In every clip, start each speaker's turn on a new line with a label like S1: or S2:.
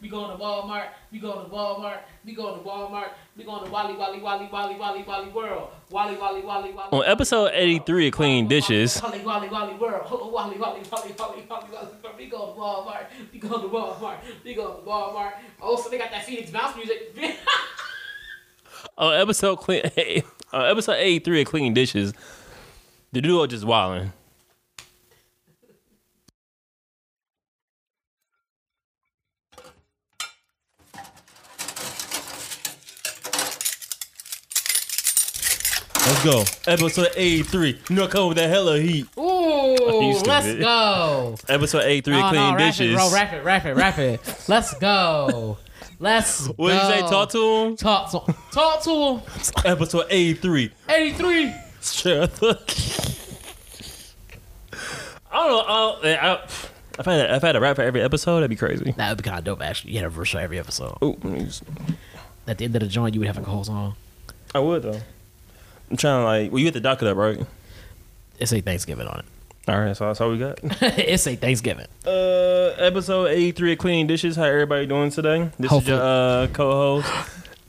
S1: we going to Walmart, we going to Walmart, we going to Walmart, we going to Wally Wally Wally Wally Wally Wally World. Wally Wally Wally Wally
S2: On episode 83 of Clean Dishes,
S1: Wally Wally Wally World. Wally Wally Wally Wally Wally Wally World. We going to Walmart. We going to Walmart. We going to Walmart. Oh, so they got that Phoenix Bounce music.
S2: on episode clean, on episode 83 of Clean Dishes, the duo just wilding.
S3: Let's go. Episode 83. You know, come with that hella heat.
S1: Ooh,
S2: You
S1: let's
S2: stupid.
S1: go. Oh,
S2: Episode 83 of Clean Dishes.
S1: Rapid, bro, rapid, rapid, rapid. Let's go. Let's
S2: what did you say? Talk to him?
S1: Talk to Talk to him.
S3: Episode 83.
S1: 83.
S2: Sure. look. I don't know. I, don't- I, I, if I had a, if I had a rap for every episode, that'd be crazy.
S1: That would be kind of dope, actually. You had a verse for every episode.
S2: Ooh, let me just-
S1: At the end of the joint, you would have a whole song.
S2: I would though. I'm trying to like. Well, you had to dock it up, right?
S1: It's a Thanksgiving on
S2: All right, so that's all we got.
S1: it. it's a Thanksgiving.
S2: Uh, episode 83 of Clean Dishes. How everybody doing today? This
S1: Hopefully.
S2: is your uh, co-host.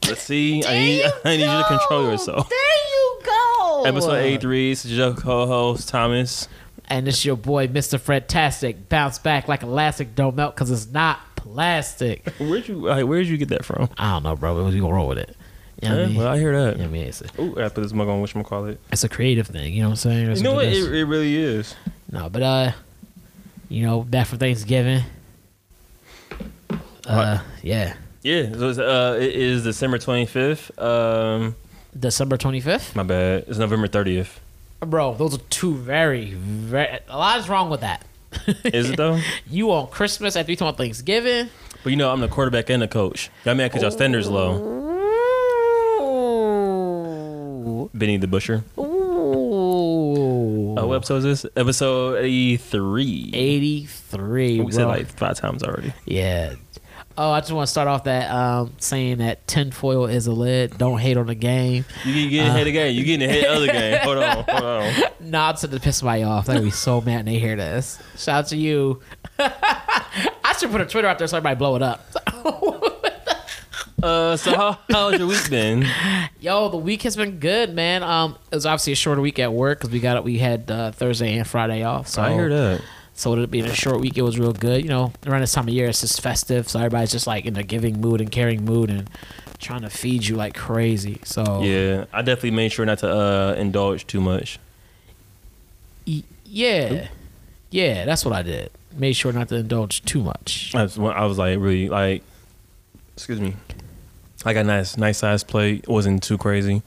S2: Let's see. I need, I need you to control yourself.
S1: There you go.
S2: Episode 83. This is your co-host Thomas.
S1: And it's your boy, Mr. Fantastic. Bounce back like elastic. Don't melt because it's not plastic.
S2: Where'd you like, Where'd you get that from?
S1: I don't know, bro. We gonna roll with it. You know what I
S2: Eh,
S1: mean?
S2: well, I hear that.
S1: You know what I mean? It's, a,
S2: Ooh, I put this mug on. Which one call it?
S1: it's a creative thing. You know what I'm saying? That's
S2: You know what?
S1: it
S2: It,
S1: is.
S2: it really is.
S1: No, but uh, you know, back for Thanksgiving. Uh, yeah,
S2: Yeah. So it's, uh, it is December 25th. Um,
S1: December twenty fifth,
S2: my bad. It's November 30th.
S1: bro. Those are two very, very. A lot is wrong with that.
S2: Is it though?
S1: you on Christmas after you talking about Thanksgiving?
S2: But you know, I'm the quarterback and the coach. Y'all mad because y'all standards
S1: Oh.
S2: low.
S1: Ooh,
S2: Benny the Busher.
S1: ooh.
S2: Uh, what episode is this? Episode 83.
S1: Eighty three.
S2: We said like five times already.
S1: Yeah. Oh, I just want to start off that um, saying that tinfoil is a lid. Don't hate on the game.
S2: You get getting ahead of game. You getting ahead of the game. Hold on, hold on.
S1: Nods to piss somebody off. They'd be so mad when they hear this. Shout out to you. I should put a Twitter out there so everybody blow it up.
S2: Uh, so how how's your week been?
S1: Yo, the week has been good, man. Um, it was obviously a shorter week at work because we got we had uh, Thursday and Friday off. So
S2: I heard that.
S1: So it being a short week, it was real good. You know, around this time of year, it's just festive, so everybody's just like in a giving mood and caring mood and trying to feed you like crazy. So
S2: Yeah, I definitely made sure not to uh indulge too much.
S1: Y- yeah, yeah, that's what I did. Made sure not to indulge too much.
S2: I was, I was like really like, excuse me. I got a nice nice size plate. It wasn't too crazy.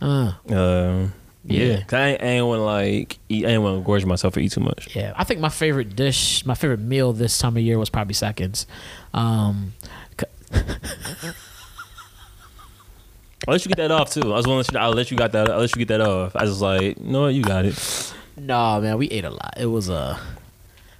S1: Uh,
S2: Um, yeah,
S1: Yeah.
S2: 'Cause I ain't, I ain't want to like eat, I ain't want to gorge myself or eat too much.
S1: Yeah, I think my favorite dish, my favorite meal this time of year was probably seconds. Um,
S2: Unless you get that off too. I was willing to let you. I'll let you got that. I'll let you get that off. I was like, no, you got it.
S1: no, man, we ate a lot. It was Uh,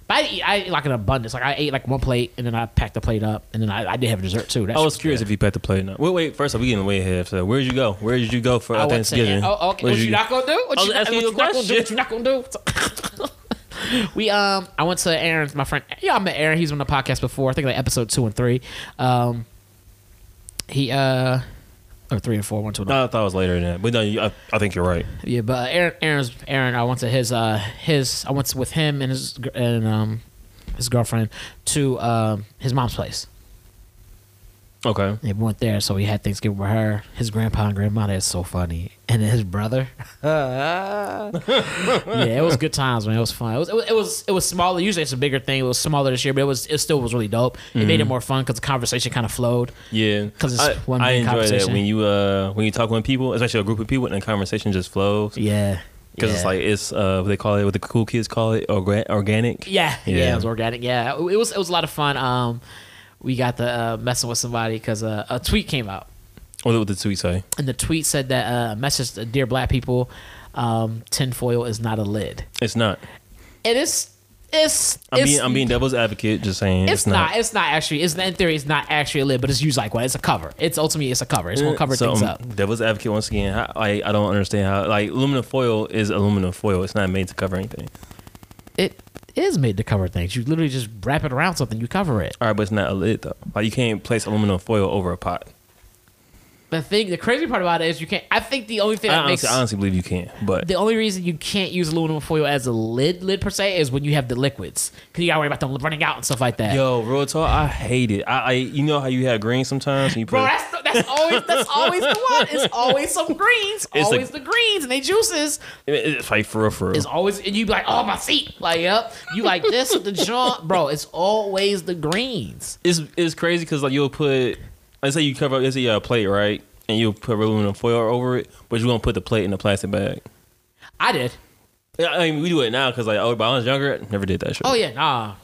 S1: but I ate, I ate like an abundance. Like I ate like one plate, and then I packed the plate up, and then I, I did have dessert too. That
S2: I
S1: shit
S2: was curious if you bet the play or not. Wait, wait. First off, we getting way ahead. So where'd you go? Where did you go for
S1: good. I went to-
S2: Thanksgiving?
S1: Oh, okay.
S2: Where'd
S1: What you not gonna do? What
S2: I
S1: you
S2: was
S1: not-
S2: asking
S1: what
S2: you a
S1: you not gonna do? What
S2: question.
S1: you not gonna do? We um, I went to Aaron's my friend. Yeah, I met Aaron. He's on the podcast before. I think like episode two and three. Um, he uh, or three and four, one, two, and
S2: No, I thought it was later than that. But no, you, I, I think you're right.
S1: Yeah, but uh, Aaron, Aaron's Aaron. I went to his uh his I went to- with him and his gr- and um his girlfriend to um his mom's place.
S2: Okay.
S1: They went there, so we had Thanksgiving with her, his grandpa and grandma. That's so funny, and then his brother. yeah, it was good times, man. It was fun. It was it was it was, it was smaller. Usually it's a bigger thing. It was smaller this year, but it was it still was really dope. It made it
S2: Mm-hmm.
S1: more fun because the conversation kind of flowed.
S2: Yeah,
S1: 'Cause it's
S2: I,
S1: one
S2: I
S1: big
S2: enjoy that
S1: conversation.
S2: when you uh when you talk with people, especially a group of people, and the conversation just flows.
S1: Yeah,
S2: Because it's
S1: Yeah.
S2: like it's uh what they call it, what the cool kids call it, orga- organic.
S1: Yeah, yeah,
S2: Yeah.
S1: it was organic. Yeah, it was it was a lot of fun. Um, we got the uh, messing with somebody because uh, a tweet came out,
S2: What did the tweet say?
S1: and the tweet said that uh, message to dear black people, um, tinfoil is not a lid.
S2: It's not.
S1: It is. It's.
S2: I'm
S1: it's
S2: being I'm being devil's advocate. Just saying,
S1: it's not, It's not actually. It's in theory. It's not actually a lid, but it's used like one. It's a cover. It's ultimately. It's a cover. It's gonna cover
S2: so,
S1: things
S2: um,
S1: up.
S2: Devil's advocate once again. How, I I don't understand how like aluminum foil is aluminum foil. It's not made to cover anything.
S1: it is made to cover things. You literally just wrap it around something. You cover it.
S2: All right, but it's not a lid though. Like you can't place aluminum foil over a pot.
S1: The thing, the crazy part about it is you can't. I think the only thing
S2: I
S1: that makes
S2: honestly, I honestly believe you can, but
S1: the only reason you can't use aluminum foil as a lid lid per se is when you have the liquids because you gotta worry about them running out and stuff like that.
S2: yo, real talk, I hate it. I, I you know how you have greens sometimes, and you
S1: Bro,
S2: put-
S1: that's that's always that's always the one. It's always some greens,
S2: It's
S1: always
S2: like-
S1: the greens and they juices.
S2: I mean, it's like for real, for real.
S1: It's always and you be like, oh my seat, like yep. You like this with the jaw, bro. It's always the greens.
S2: it's it's crazy because like you'll put let's say you cover up let's say you have a plate right and you'll put aluminum foil over it but you won't put the plate in a plastic bag
S1: I did.
S2: Yeah, I mean we do it now because like oh when I was younger never did that shit
S1: Oh yeah, nah.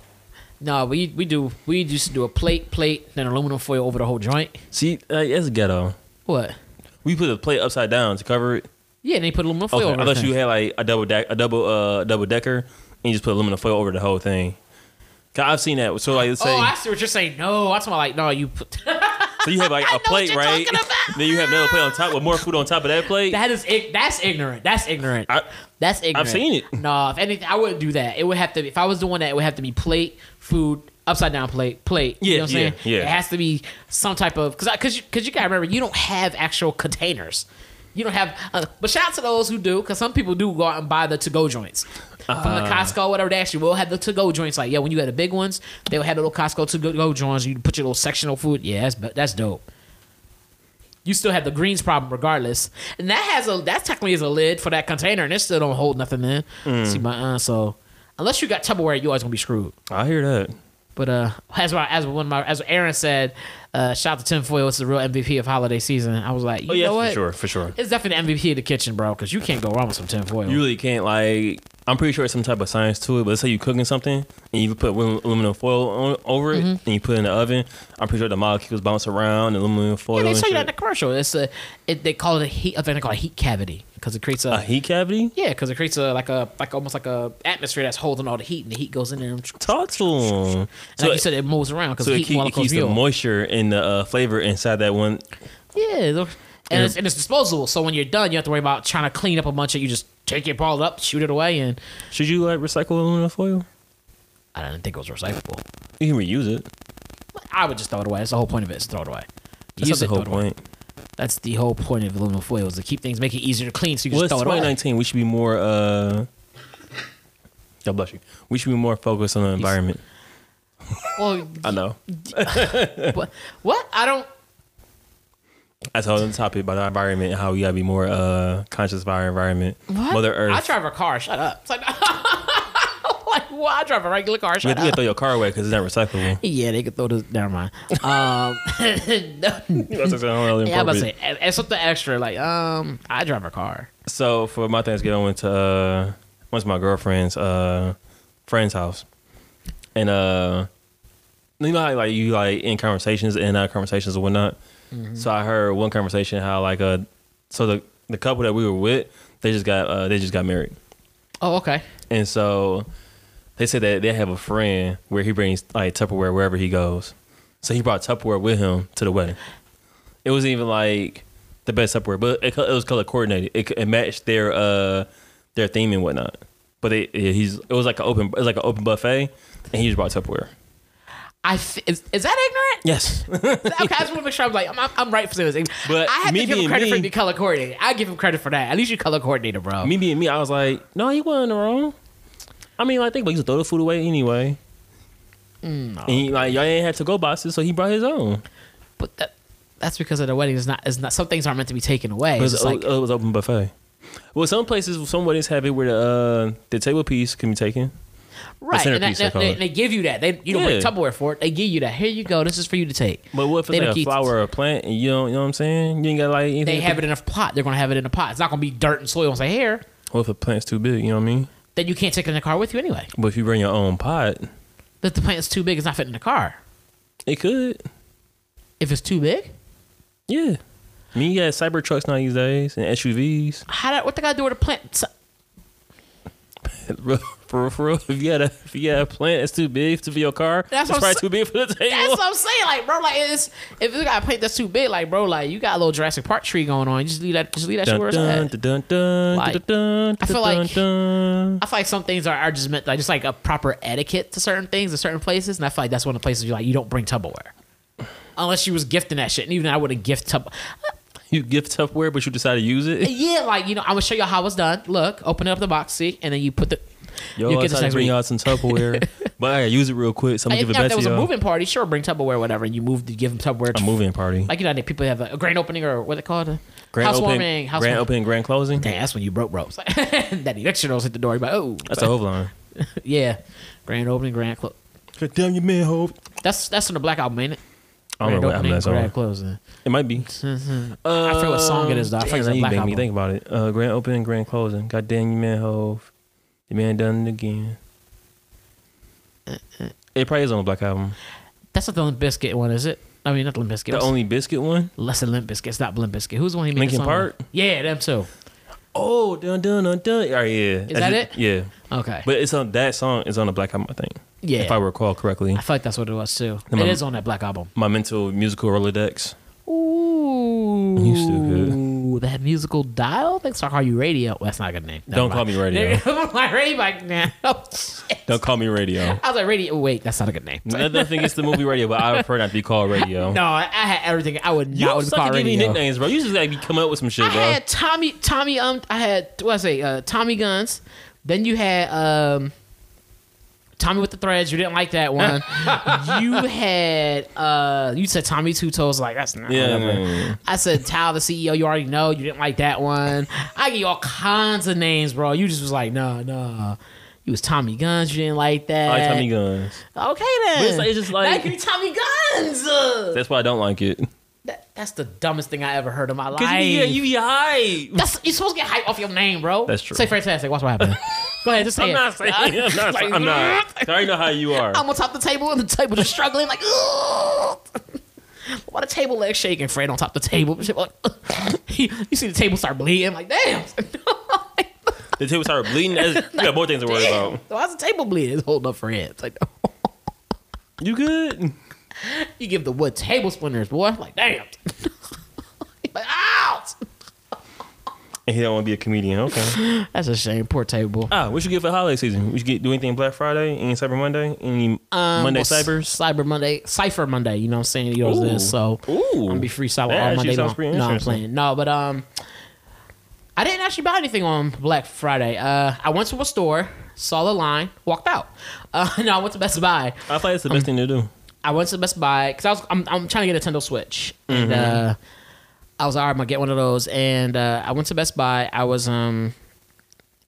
S1: No, we we do we used to do a plate, plate, then aluminum foil over the whole joint.
S2: see like, that's ghetto
S1: What?
S2: we put the plate upside down to cover it
S1: Yeah, and they put aluminum foil
S2: okay
S1: over
S2: unless
S1: everything.
S2: you had like a double deck a double uh double decker and you just put aluminum foil over the whole thing 'Cause I've seen that so like let's say
S1: Oh, I see what you're saying. No, that's why like no, you put
S2: so you have like
S1: know
S2: a
S1: what
S2: plate
S1: you're
S2: right
S1: talking about.
S2: then you have another plate on top with more food on top of that plate
S1: that is ig- that's ignorant. That's ignorant.
S2: I-
S1: that's ignorant.
S2: seen it.
S1: No, if anything, I wouldn't do that. It would have to be if I was doing that, it would have to be plate, food, upside down plate, plate. you
S2: Yeah,
S1: know what I'm
S2: yeah,
S1: saying?
S2: yeah.
S1: It has to be some type of because because because you gotta remember you don't have actual containers. You don't have, uh, but shout out to those who do, because some people do go out and buy the to-go joints from
S2: Uh-huh.
S1: the Costco, whatever. They actually will have the to-go joints. Like, yeah, when you had the big ones, they will have the little Costco to-go joints. You put your little sectional food. Yeah, that's that's dope you still have the greens problem regardless. And that has a that technically is a lid for that container, and it still don't hold nothing in.
S2: Mm.
S1: See my uh, so unless you got Tupperware, you always gonna be screwed.
S2: I hear that
S1: But uh, as my, as one of my as Aaron said, uh, shout out to tinfoil. It's the real MVP of holiday season. I was like, you
S2: oh yeah
S1: know
S2: for
S1: what?
S2: sure for sure
S1: It's definitely the MVP of the kitchen, bro, because you can't go wrong with some tinfoil.
S2: You really can't like. I'm pretty sure it's some type of science to it, but let's say you're cooking something and you put alum- aluminum foil on, over it
S1: Mm-hmm.
S2: and you put it in the oven. I'm pretty sure the molecules bounce around and aluminum foil.
S1: yeah, they
S2: and
S1: show you that in
S2: shit.
S1: the commercial. It's a it, they call it a heat. I think they call it a heat cavity because it creates a
S2: a heat cavity.
S1: yeah because it creates a like a like almost like a atmosphere that's holding all the heat, and the heat goes in there. And
S2: Talk to 'em. So,
S1: like you said, it moves around because
S2: so it,
S1: heat
S2: keep, it
S1: molecules
S2: keeps the
S1: move.
S2: moisture and the uh, flavor inside that one.
S1: Yeah, the- and it's, and it's disposable. So when you're done, you have to worry about trying to clean up a bunch of. You just take your ball up, shoot it away, and
S2: Should you like recycle aluminum foil?
S1: I didn't think it was recyclable.
S2: You can reuse it.
S1: I would just throw it away. That's the whole point of it. Is throw it away.
S2: That's
S1: Use
S2: not the
S1: it,
S2: whole
S1: throw it away.
S2: point.
S1: That's the whole point of aluminum foil is to keep things, make it easier to clean, so you
S2: Well,
S1: can
S2: it's
S1: just throw it away.
S2: 2019. We should be more. uh God bless you. We should be more focused on the environment.
S1: Well,
S2: I know.
S1: what, what? I don't.
S2: That's all the topic about our environment and how we gotta be more uh, conscious of our environment.
S1: What?
S2: Mother Earth.
S1: I drive a car. Shut up. It's like, like well, I drive a regular car.
S2: You
S1: Shut
S2: gotta
S1: up.
S2: throw your car away because it's not recyclable.
S1: Yeah, they could throw this. Never mind. Um,
S2: That's actually really
S1: yeah, I'm about to
S2: inappropriate.
S1: say, and, and something extra like um, I drive a car.
S2: So for my Thanksgiving, I went to uh, went to my girlfriend's uh, friend's house, and uh, you know how like you like in conversations and out of conversations and whatnot.
S1: Mm-hmm.
S2: So I heard one conversation how like uh, so the the couple that we were with they just got uh, they just got married.
S1: Oh, okay.
S2: And so they said that they have a friend where he brings like Tupperware wherever he goes. So he brought Tupperware with him to the wedding. It wasn't even like the best Tupperware, but it, co- it was color coordinated. It, it matched their uh their theme and whatnot. But it, it- he's it was like an open it was like an open buffet, and he just brought Tupperware.
S1: I f- is, is that ignorant?
S2: Yes,
S1: Okay, I just want to make sure I'm like I'm, I'm, I'm right for saying this.
S2: But
S1: I have
S2: me
S1: to give him
S2: being
S1: credit for
S2: me-
S1: being color coordinated. I give him credit for that. At least you color coordinated, bro.
S2: me being me, I was like, no, he wasn't wrong. I mean, like, think about it, he used to throw the food away anyway. And he, like y'all ain't had to go boxes, so he brought his own.
S1: but that, that's because of the wedding. Is not is not some things aren't meant to be taken away.
S2: It
S1: It's
S2: was,
S1: just like
S2: it was open buffet. Well, some places, some weddings have it where the uh, the table piece can be taken.
S1: right, and that,
S2: centerpiece, they
S1: that-
S2: call
S1: they,
S2: it.
S1: they give you that. They you don't bring
S2: Yeah.
S1: Tupperware for it. They give you that. Here you go. This is for you to take.
S2: But what if
S1: They
S2: it's
S1: don't
S2: like a
S1: keep-
S2: flower or a plant? And you don't, you know what I'm saying? You ain't got like anything.
S1: They
S2: to
S1: have
S2: put-
S1: it in a pot. They're gonna have it in a pot. It's not gonna be dirt and soil. And say here,
S2: What if a plant's too big? You know what I mean?
S1: then you can't take it in the car with you anyway.
S2: But if you bring your own pot,
S1: If the plant's too big, it's not fitting in the car.
S2: it could.
S1: If it's too big,
S2: Yeah. I mean, you got cyber trucks now these days and SUVs.
S1: how that what they gotta do with a plant? So-
S2: For For real, for real. If you had a if you had a plant that's too big to be your car,
S1: That's
S2: that's
S1: what
S2: it's probably
S1: I'm
S2: too big for the
S1: That's
S2: table.
S1: what I'm saying, like, bro, like, it's if you got a plant that's too big, like, bro, like, you got a little Jurassic Park tree going on. You just leave that, just leave that shit
S2: Dun,
S1: where
S2: dun,
S1: it's at.
S2: dun, dun, dun,
S1: Like,
S2: dun, dun,
S1: I feel
S2: dun,
S1: like-
S2: dun.
S1: I feel like some things are, are just meant like just like a proper etiquette to certain things in certain places, and I feel like that's one of the places you like you don't bring Tupperware unless you was gifting that shit. And even I would have gift Tupperware.
S2: you gift Tupperware, but you decide to use it.
S1: Yeah, like you know, I'm gonna show you how it's done. Look, open up the box, see, and then you put the
S2: Yo,
S1: you get
S2: I tried
S1: this
S2: to
S1: next
S2: bring
S1: week.
S2: y'all some Tupperware, but I gotta use it real quick, so I'm
S1: Like,
S2: gonna
S1: if,
S2: give it
S1: now if there
S2: back to
S1: was a
S2: y'all.
S1: moving party, sure, bring Tupperware, or whatever, and you move to give them Tupperware.
S2: A moving party.
S1: Like you know, that people have a, a grand opening or what they call it, a
S2: Grand
S1: housewarming.
S2: opening,
S1: housewarming.
S2: grand opening, grand closing.
S1: Damn, that's when you broke ropes. that electionals hit the door. You're like, oh,
S2: That's the whole line.
S1: yeah, grand opening, grand close.
S3: God damn you, man, hope.
S1: That's that's from the Black Album, ain't it?
S2: I don't know what
S1: Grand
S2: album that's
S1: grand
S2: on.
S1: closing.
S2: It might be. Uh,
S1: I forget what song it is though. I forget
S2: Damn,
S1: it's
S2: now
S1: a
S2: you
S1: black
S2: make
S1: album.
S2: me think about it. Uh, grand opening, grand closing. God damn you, man, hove. Your man done it again.
S1: Uh-uh.
S2: It probably is on the black album.
S1: That's not the Limp Bizkit one, is it? I mean, not the Limp Bizkit.
S2: The
S1: What's-
S2: only biscuit one.
S1: less than Limp Bizkit. It's not Limp Bizkit. Who's the one he made
S2: Linkin
S1: the song
S2: Park?
S1: with? Yeah, them two.
S2: Oh, dun dun dun dun. All right, yeah. Is
S1: that it?
S2: Yeah,
S1: Okay,
S2: but it's on that song is on the black album. I think.
S1: Yeah.
S2: If I recall correctly,
S1: I feel like that's what it was too.
S2: Come
S1: It
S2: on.
S1: is on that Black Album.
S2: my mental musical rolodex.
S1: Ooh,
S2: You stupid.
S1: that musical dial. Thanks for calling you radio. Well, that's not a good name. Never
S2: Don't call
S1: mind.
S2: me radio.
S1: I'm like radio like now. I
S2: Don't call me radio.
S1: was like radio. Wait, that's not a good name.
S2: Nothing nothing against the movie radio, but I prefer not to be called radio.
S1: No, I I had everything. I would
S2: you
S1: not
S2: don't
S1: would
S2: suck at
S1: call
S2: giving me
S1: radio.
S2: nicknames, bro. You just like be coming up with some shit,
S1: I
S2: bro.
S1: had Tommy, Tommy, um, I had what I say, uh, Tommy guns. Then you had um, Tommy with the threads. You didn't like that one. you had uh, you said Tommy two toes. Like that's not.
S2: yeah,
S1: whatever. I said Tal the CEO. You already know. You didn't like that one. I give you all kinds of names, bro. You just was like, nah, nah. You was Tommy Guns. You didn't like that.
S2: I like Tommy Guns.
S1: Okay then.
S2: But it's like- it's just like-
S1: Now you can be Tommy Guns. Uh,
S2: That's why I don't like it.
S1: that- that's the dumbest thing I ever heard in my life.
S2: be high.
S1: That's you're supposed to get hype off your name, bro.
S2: That's true.
S1: Say fantastic. Watch what happened. Go ahead, just say
S2: I'm
S1: it.
S2: not saying. I'm not.
S1: Like,
S2: I'm not. I already know how you are.
S1: I'm on top of the table, and the table just struggling, like, "Ugh." why the table legs shaking? Fred on top of the table, Shit, like, you see the table start bleeding, like, damn,
S2: The table started bleeding. That's, you got more things to worry
S1: damn.
S2: about.
S1: why's the table bleeding? It's holding up for It's like,
S2: You good?
S1: you give the wood table splinters, boy, like, damn, like, ow.
S2: And he don't want to be a comedian. Okay.
S1: That's a shame. Poor table.
S2: Ah, what you get for holiday season? Would you get do anything Black Friday? Any Cyber Monday? Any Monday
S1: Um, well, c-
S2: Cybers?
S1: Cyber Monday, Cypher Monday. You know what I'm saying? You know what it is.
S2: Ooh.
S1: So
S2: Ooh.
S1: I'm gonna be freestyling
S2: That
S1: all
S2: actually
S1: Monday
S2: sounds
S1: long.
S2: pretty
S1: No, I'm
S2: interesting.
S1: playing. No, but um, I didn't actually buy anything on Black Friday. Uh, I went to a store, saw the line, walked out. Uh, no, I went to Best Buy.
S2: I feel like it's the best thing to do.
S1: I went to Best Buy because I was I'm, I'm trying to get a Nintendo Switch, and uh, I was like, all right, I'm gonna get one of those. And uh, I went to Best Buy. I was um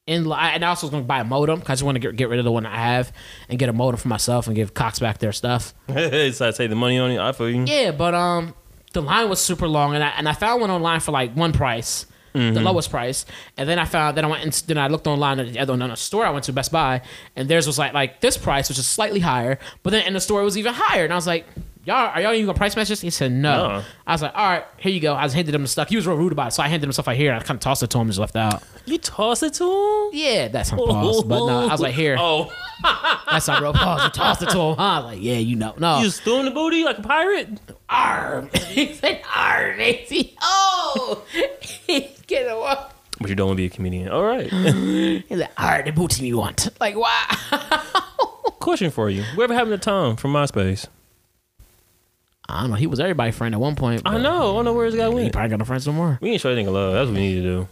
S1: in li- and I also was gonna buy a modem because I just want to get, get rid of the one I have and get a modem for myself and give Cox back their stuff.
S2: so I take the money on it. I feel you.
S1: Yeah, but um, the line was super long, and I and I found one online for like one price, the lowest price, and then I found then I went and then I looked online at the other on a store I went to Best Buy, and theirs was like like this price, which is slightly higher, but then in the store it was even higher, and I was like. Y'all, are y'all even gonna price match this? He said no.
S2: No.
S1: I was like, all right, here you go. I just handed him the stuff. He was real rude about it, so I handed him stuff I here. And I kind of tossed it to him and just left out.
S2: You toss it to him.
S1: Yeah, that's not pause, but no, I was like, here,
S2: Oh,
S1: that's not real pause. I tossed it to him. Huh? I was like, yeah, you know, no.
S2: you stealing the booty like a pirate?
S1: arm. he said arm, Nancy. Oh, get up.
S2: But you don't want to be a comedian. All right.
S1: He's like, all right, the booty you want. Like, why?
S2: Question for you. Whatever happened to Tom from MySpace?
S1: I don't know. He was everybody's friend at one point.
S2: I
S1: but
S2: know. I don't know where this guy
S1: He
S2: went.
S1: probably got no friends no more.
S2: We ain't show that nigga love. That's what we need to do.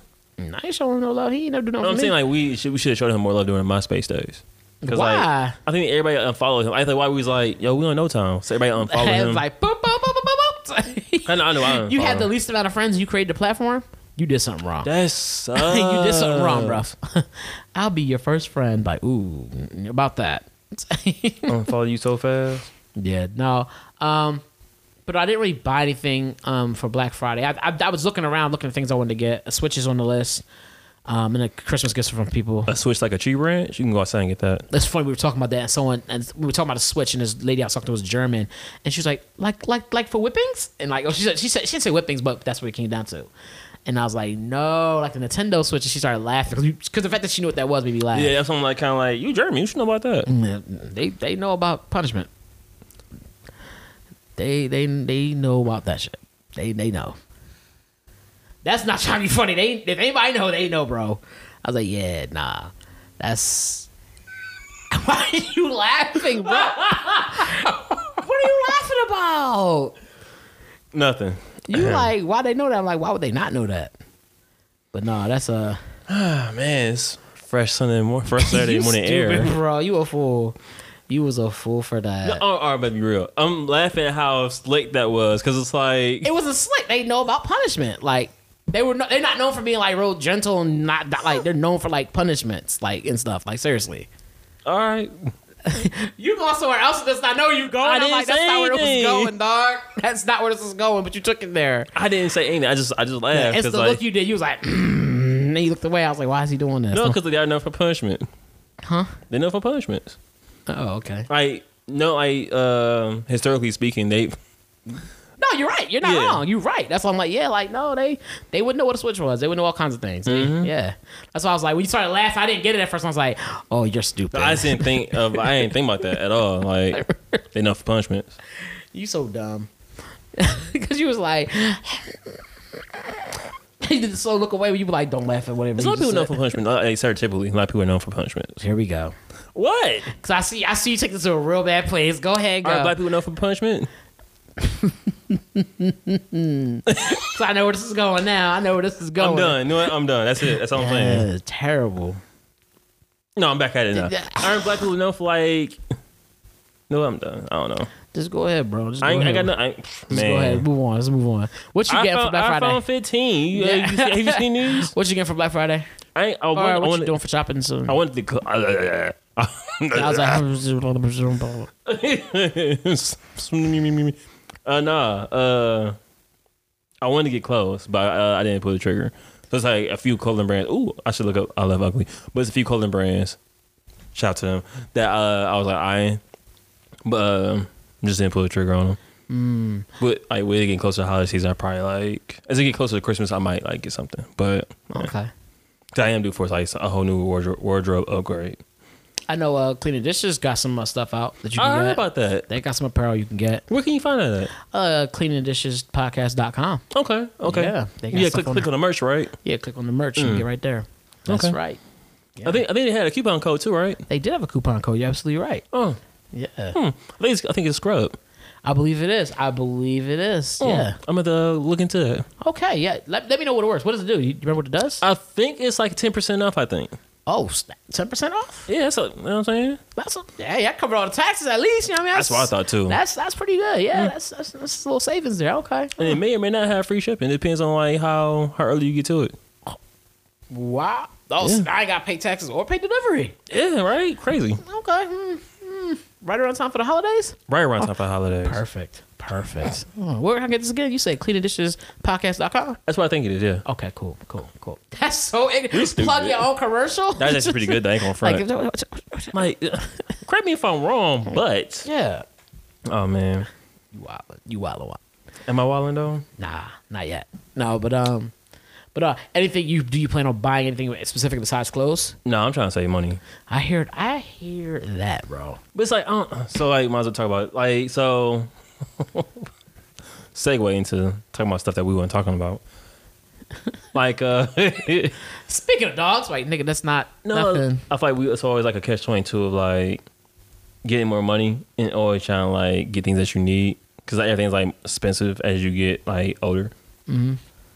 S1: I ain't showing no love. He ain't never do
S2: No,
S1: nothing.
S2: I'm
S1: for
S2: saying
S1: me.
S2: like we should we should have showed him more love during MySpace days. 'Cause, like,
S1: Why?
S2: I think everybody unfollowed him. I think why we was like, yo, we don't know Tom, so everybody unfollowed
S1: It
S2: him.
S1: was like, boop, boop, boop, boop, boop, boop.
S2: I know, I know, I
S1: you had
S2: unfollowed
S1: the
S2: him.
S1: least amount of friends. You created the platform. You did something wrong.
S2: That
S1: you did something wrong,
S2: sucks.
S1: bruv. I'll be your first friend. Like, ooh, about that.
S2: Unfollow you so fast.
S1: Yeah, no. Um, but I didn't really buy anything um, for Black Friday. I, I, I was looking around, looking at things I wanted to get. A Switch is on the list, um, and a Christmas gift from people.
S2: A switch like a tree branch. You can go outside and get that.
S1: It's funny we were talking about that, and someone and we were talking about a Switch, and this lady I was talking to was German, and she was like, like, like, like for whippings, and like, oh, she said, she said, she didn't say whippings, but that's what it came down to. And I was like, no, like the Nintendo Switch. And she started laughing because the fact that she knew what that was made me laugh.
S2: Yeah, that's something like kind of like you, Jeremy. You should know about that.
S1: Yeah, They they know about punishment. They they they know about that shit. They they know. That's not trying to be funny. They if anybody know, they know, bro. I was like, yeah, nah. That's why are you laughing, bro? what are you laughing about?
S2: Nothing.
S1: You like why they know that? I'm like, why would they not know that? But nah, that's uh, a
S2: Ah man, it's fresh Sunday morning, fresh Saturday
S1: you
S2: morning
S1: stupid,
S2: air.
S1: bro. You a fool. You was a fool for that.
S2: No, Oh, all right, but be real. I'm laughing at how slick that was because it's like
S1: it was a slick. They know about punishment. Like they were, no, they're not known for being like real gentle and not, not, like they're known for like punishments, like and stuff. Like seriously,
S2: all right.
S1: you go somewhere else and that's not know you going.
S2: I
S1: I'm
S2: didn't
S1: like, that's
S2: say
S1: not where
S2: anything.
S1: this was going, dog. That's not where this was going. But you took it there.
S2: I didn't say anything. I just I just laughed
S1: it's
S2: because
S1: the
S2: like
S1: look you did. You was like, and then you looked away. I was like, why is he doing this?
S2: no, because they are known for punishment.
S1: huh?
S2: They're known for punishments.
S1: Oh, okay.
S2: I no, I uh, historically speaking, they
S1: No, you're right. You're not
S2: Yeah.
S1: wrong. You're right. That's why I'm like, yeah, like no, they they wouldn't know what a switch was. They wouldn't know all kinds of things. They-
S2: Mm-hmm.
S1: Yeah, that's why I was like, when you started laughing, I didn't get it at first. I was like, oh, you're stupid.
S2: I didn't think of. I didn't think about that at all. Like they know for punishments.
S1: You so dumb. Because you was like, you did the slow look away. But you were like, don't laugh at whatever.
S2: There's a
S1: you
S2: lot
S1: just
S2: of people known
S1: said.
S2: for punishment. Like, stereotypically, a lot of people are known for punishments.
S1: Here we go.
S2: What?
S1: Cause I see, I see you take this to a real bad place. Go ahead, go.
S2: Are black people known for punishment?
S1: 'Cause I know where this is going now. I know where this is going.
S2: I'm done. You know what? I'm done. That's it. That's all I'm saying.
S1: Uh, terrible.
S2: No, I'm back at it now.
S1: Yeah.
S2: Aren't black people known for like? No, I'm done. I don't know.
S1: Just go ahead, bro. Just go
S2: I, ain't, I
S1: ahead.
S2: got no. I, ain't- pff,
S1: Just go ahead.
S2: man.
S1: Move on. Let's move on. What you
S2: I
S1: getting for
S2: found,
S1: Black
S2: I
S1: Friday?
S2: found 15. You, uh,
S1: Yeah.
S2: you see- have you seen news?
S1: What you getting for Black Friday?
S2: I ain't, I
S1: All right,
S2: want,
S1: what
S2: I
S1: you
S2: want,
S1: doing for shopping soon?
S2: I want the. cl-
S1: I was like,
S2: uh, nah. Uh, I wanted to get clothes, but uh, I didn't pull the trigger. So it's like a few clothing brands. Ooh, I should look up. I love ugly, but it's a few clothing brands. Shout out to them that uh, I was like eyeing, but um, just didn't pull the trigger on them. But like, we're getting closer to holiday season. I probably like as it get closer to Christmas, I might like get something. But
S1: okay.
S2: I am due for like a whole new wardrobe, wardrobe upgrade.
S1: I know. Uh, Cleaning dishes got some uh, stuff out that you
S2: I
S1: can
S2: heard
S1: get.
S2: about that.
S1: they got some apparel you can get.
S2: Where can you find that at?
S1: uh cleaningdishespodcast.com.
S2: Okay, okay.
S1: Yeah, they got
S2: yeah.
S1: stuff
S2: Click,
S1: on
S2: click
S1: there.
S2: on the merch, right?
S1: Yeah, click on the merch and get right there. Mm. That's
S2: Okay.
S1: right.
S2: I think I think they had a coupon code too, right?
S1: They did have a coupon code. You're absolutely right.
S2: Oh,
S1: Yeah.
S2: hmm. I think it's, I think it's scrub.
S1: I believe it is. I believe it is.
S2: Hmm.
S1: Yeah.
S2: I'm gonna look into that.
S1: Okay. Yeah. Let, let me know what it works. What does it do? You you remember what it does?
S2: I think it's like ten percent off. I think.
S1: Uh, oh, ten percent off.
S2: Yeah, that's a, you know what I'm saying.
S1: That's a, hey, I covered all the taxes at least. You know what I mean?
S2: That's what I thought too.
S1: That's that's pretty good. Yeah. That's, that's that's a little savings there. Okay.
S2: and it may or may not have free shipping. It depends on like how how early you get to it.
S1: Wow. Oh, so now I got to pay taxes or pay delivery.
S2: Yeah, right. Crazy.
S1: Okay. Hmm. Hmm. Right around time for the holidays.
S2: Right around time for holidays.
S1: Perfect. Perfect. Oh, where can I get this again? You say cleaningdishespodcast.com?
S2: That's what I think it is. Yeah,
S1: Okay, cool, cool, cool. That's so ignorant.
S2: stupid.
S1: Plug your own commercial?
S2: that's actually pretty good. That ain't gonna
S1: Like,
S2: front. like, correct me if I'm wrong, but
S1: yeah.
S2: oh man,
S1: You wildin'. You wildin' wild.
S2: am I wilding though?
S1: Nah, not yet. No, but um but uh anything you do you plan on buying anything specific besides clothes?
S2: No, I'm trying to save money.
S1: I hear I hear that, bro.
S2: But it's like, uh, so like, might as well talk about like so. segue into talking about stuff that we weren't talking about. Like, uh,
S1: Speaking of dogs, like nigga, that's not
S2: no,
S1: nothing.
S2: I feel like we, it's always like a catch twenty two of like getting more money and always trying to like get things that you need because like, everything's like expensive as you get like older.
S1: Mm-hmm.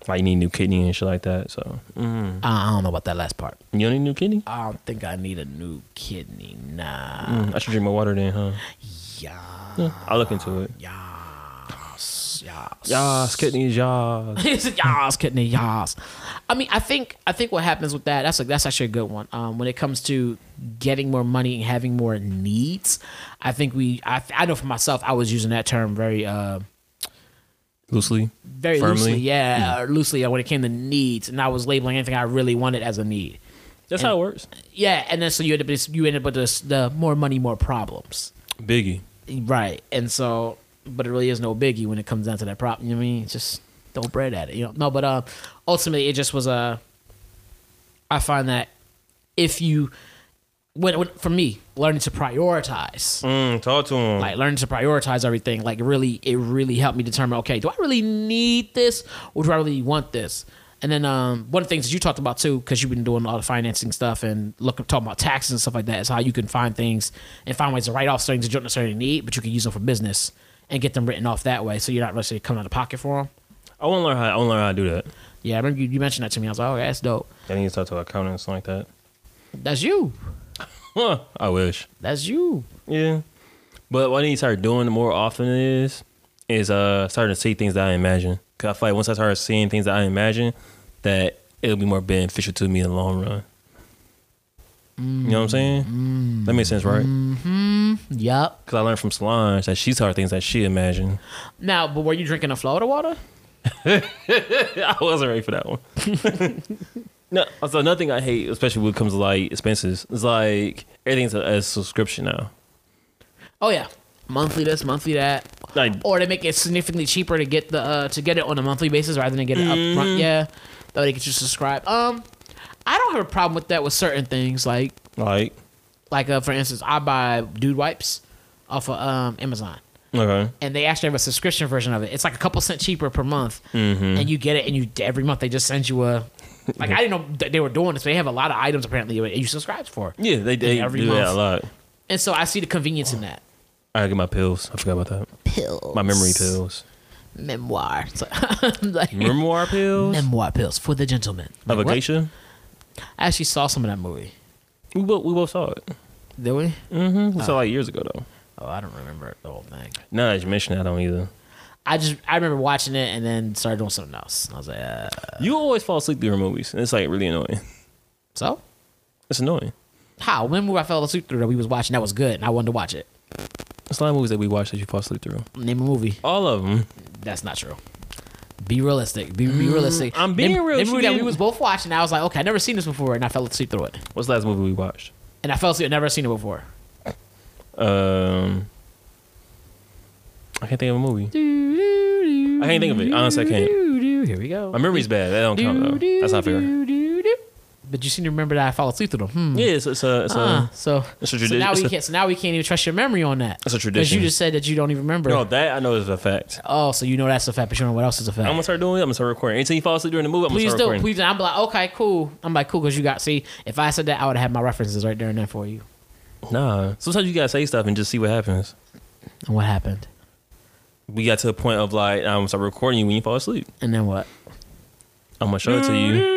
S2: Like you need new kidney and shit like that. So mm.
S1: I I don't know about that last part.
S2: you don't need a new kidney.
S1: I don't think I need a new kidney. Nah.
S2: Mm, I should drink more water then, huh?
S1: Yeah.
S2: I'll look into it.
S1: Yas. Yas.
S2: Yas, kidneys, yas.
S1: He said, "Yas, kidney, yas." I mean, I think I think what happens with that that's like that's actually a good one. Um, when it comes to getting more money and having more needs, I think we I, I know for myself I was using that term very uh
S2: Loosely,
S1: very loosely, yeah, or loosely uh, when it came to needs, and I was labeling anything I really wanted as a need.
S2: That's how it works.
S1: Yeah, and then so you end up you end up with this, the more money, more problems.
S2: Biggie.
S1: Right. And so, but it really is no biggie when it comes down to that problem. You know what I mean? It's just throw bread at it. You know, no, but uh, ultimately it just was a. I find that if you, when, when for me, learning to prioritize,
S2: Mm, talk to him.
S1: like learning to prioritize everything, like really, it really helped me determine, okay, do I really need this or do I really want this? And then um, one of the things that you talked about too, because you've been doing a lot of financing stuff and looking talking about taxes and stuff like that, is how you can find things and find ways to write off things that you don't necessarily need, but you can use them for business and get them written off that way, so you're not necessarily coming out of pocket for them.
S2: I want to learn how. I want to learn how to do that.
S1: Yeah, I remember you, you mentioned that to me. I was like, oh, that's dope.
S2: I need to talk to an accountant or something like that.
S1: That's you.
S2: Huh, I wish.
S1: That's you.
S2: Yeah. But what I need to start doing more often is is uh starting to see things that I imagine. Cause I feel like once I start seeing things that I imagine, that it'll be more beneficial to me in the long run. You know what I'm saying? That makes sense, right?
S1: Yup.
S2: Cause I learned from Solange that she saw things that she imagined.
S1: Now, but were you drinking a Florida water?
S2: I wasn't ready for that one. no, also another thing I hate, especially when it comes to like expenses, is like everything's a, a subscription now.
S1: Oh yeah, monthly this, monthly that,
S2: Like
S1: or they make it significantly cheaper to get the uh, to get it on a monthly basis rather than get it upfront.
S2: Mm-hmm.
S1: Yeah, though they get you to subscribe. Um, I don't have a problem with that with certain things like
S2: like
S1: like uh, for instance, I buy dude wipes off of um, Amazon.
S2: okay.
S1: and they actually have a subscription version of it. It's like a couple cent cheaper per month,
S2: Mm-hmm.
S1: and you get it. And you every month they just send you a. Like I didn't know that they were doing this. They have a lot of items apparently that you subscribe for,
S2: Yeah, they, they
S1: every
S2: do that a
S1: month.
S2: lot.
S1: and so I see the convenience in that.
S2: I gotta get my pills. I forgot about that.
S1: Pills,
S2: My memory pills.
S1: memoir, so, like,
S2: Memoir pills?
S1: memoir pills for the gentleman.
S2: of
S1: Like,
S2: a
S1: what?
S2: geisha?
S1: I actually saw some of that movie.
S2: We both, we both saw it.
S1: Did we?
S2: Mm-hmm. We saw it like years ago, though.
S1: Oh, I don't remember the whole thing.
S2: Now that you mention that, I don't either.
S1: I just I remember watching it and then started doing something else. And I was like, uh,
S2: You always fall asleep during movies, and it's like really annoying.
S1: so
S2: It's annoying.
S1: how? When movie I fell asleep through that we was watching that was good and I wanted to watch it.
S2: It's a lot of movies that we watch that you fall asleep through.
S1: Name a movie.
S2: All of them.
S1: That's not true. Be realistic. Be, be realistic.
S2: Mm, I'm being
S1: Them-
S2: real.
S1: them
S2: She
S1: movie that we
S2: didn't-
S1: was both watching. I was like, okay, I never seen this before, and I fell asleep through it.
S2: What's the last movie we watched?
S1: And I fell asleep. Never seen it before.
S2: Um, I can't think of a movie. I can't think of it. Honestly, I can't.
S1: Here we go.
S2: My memory's bad. That don't count, though. That's not fair.
S1: But you seem to remember that I fell asleep through them. Hmm.
S2: Yeah, it's, it's a... It's a
S1: Uh, so,
S2: It's a
S1: so
S2: tradi-
S1: now
S2: it's
S1: we
S2: a-
S1: can't. So now we can't even trust your memory on that.
S2: It's a
S1: Because you
S2: tradition.
S1: just said that you don't even remember.
S2: no, that I know is a fact.
S1: Oh, so you know that's a fact, but you don't know what else is a fact.
S2: I'm gonna start doing it. I'm gonna start recording. Anytime you fall asleep during the movie, I'm
S1: please
S2: gonna start
S1: do.
S2: recording.
S1: Please. do. I'm like, okay, cool. I'm like, cool, because you got. See, if I said that, I would have had my references right there and there for you.
S2: Nah, sometimes you gotta say stuff and just see what happens.
S1: And what happened?
S2: we got to the point of like I'm start recording you when you fall asleep.
S1: And then what?
S2: I'm gonna show it to you.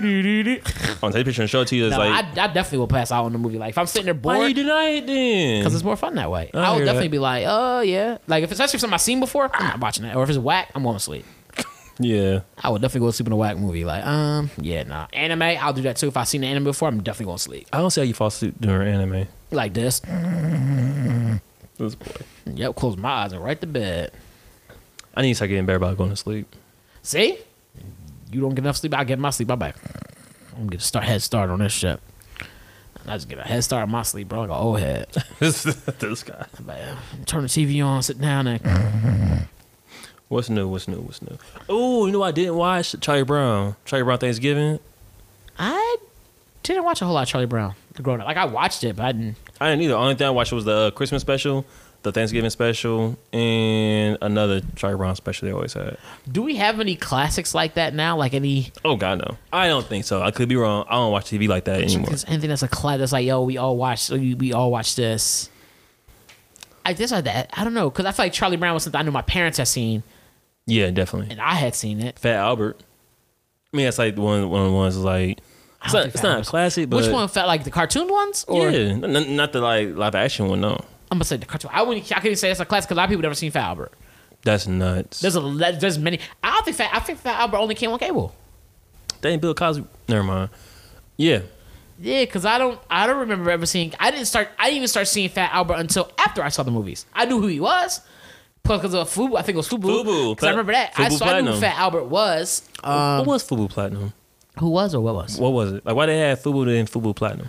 S2: I'm gonna take a picture and show it to you. It's
S1: No,
S2: like
S1: I, I definitely will pass out on the movie. Like if I'm sitting there bored,
S2: deny it then?
S1: because it's more fun that way.
S2: I
S1: I, would
S2: hear
S1: definitely
S2: that.
S1: be like, oh yeah. Like if it's actually something I've seen before, I'm not watching that. Or if it's whack, I'm going to sleep.
S2: yeah,
S1: I would definitely go to sleep in a whack movie. Like um yeah nah. Anime, I'll do that too. If I've seen the anime before, I'm definitely going to sleep.
S2: I don't see how you fall asleep during anime.
S1: Like this.
S2: This boy.
S1: Yep. Close my eyes and right to bed.
S2: I need to start getting better about going to sleep.
S1: See, you don't get enough sleep. I get my sleep. I'm back. I'm gonna start head start on this shit. I just get a head start on my sleep, bro. Like an old head.
S2: this this guy.
S1: Like, turn the TV on, sit down, and
S2: What's new? What's new? What's new? Oh, you know what I didn't watch Charlie Brown. Charlie Brown Thanksgiving.
S1: I didn't watch a whole lot of Charlie Brown growing up. Like I watched it, but I didn't.
S2: I didn't either. Only thing I watched was the uh, Christmas special, the Thanksgiving special, and another Charlie Brown special they always had.
S1: Do we have any classics like that now? Like any
S2: Oh God, no. I don't think so. I could be wrong. I don't watch TV like that anymore.
S1: there's anything that's a class that's like yo, we all watched, we we all watched this. I guess I that I don't know because I feel like Charlie Brown was something I knew my parents had seen
S2: Yeah, definitely.
S1: and I had seen it.
S2: Fat Albert. I mean, that's like one one of the ones like
S1: I
S2: it's
S1: don't
S2: not,
S1: think
S2: it's
S1: that
S2: not a
S1: was-
S2: classic, but
S1: Which one felt like the cartoon ones? Or
S2: yeah, n- n- not the like live action one. No,
S1: I'm gonna say the cartoon. I wouldn't. I couldn't say that's a classic because a lot of people never seen Fat Albert.
S2: that's nuts.
S1: There's a le- there's many. I don't think Fat. I think Fat Albert only came on cable.
S2: They ain't Bill Cosby. Never mind. Yeah,
S1: Yeah, because I don't I don't remember ever seeing I didn't start I didn't even start seeing Fat Albert until after I saw the movies. I knew who he was. Plus, because of Fubu, I think it was Fubu.
S2: Fubu,
S1: 'Cause I remember that. I,
S2: Fubu
S1: so I knew who
S2: Platinum.
S1: Fat Albert was.
S2: what was Fubu Platinum?
S1: Who was or what was?
S2: What was it? Like why they had Fubu then Fubu Platinum?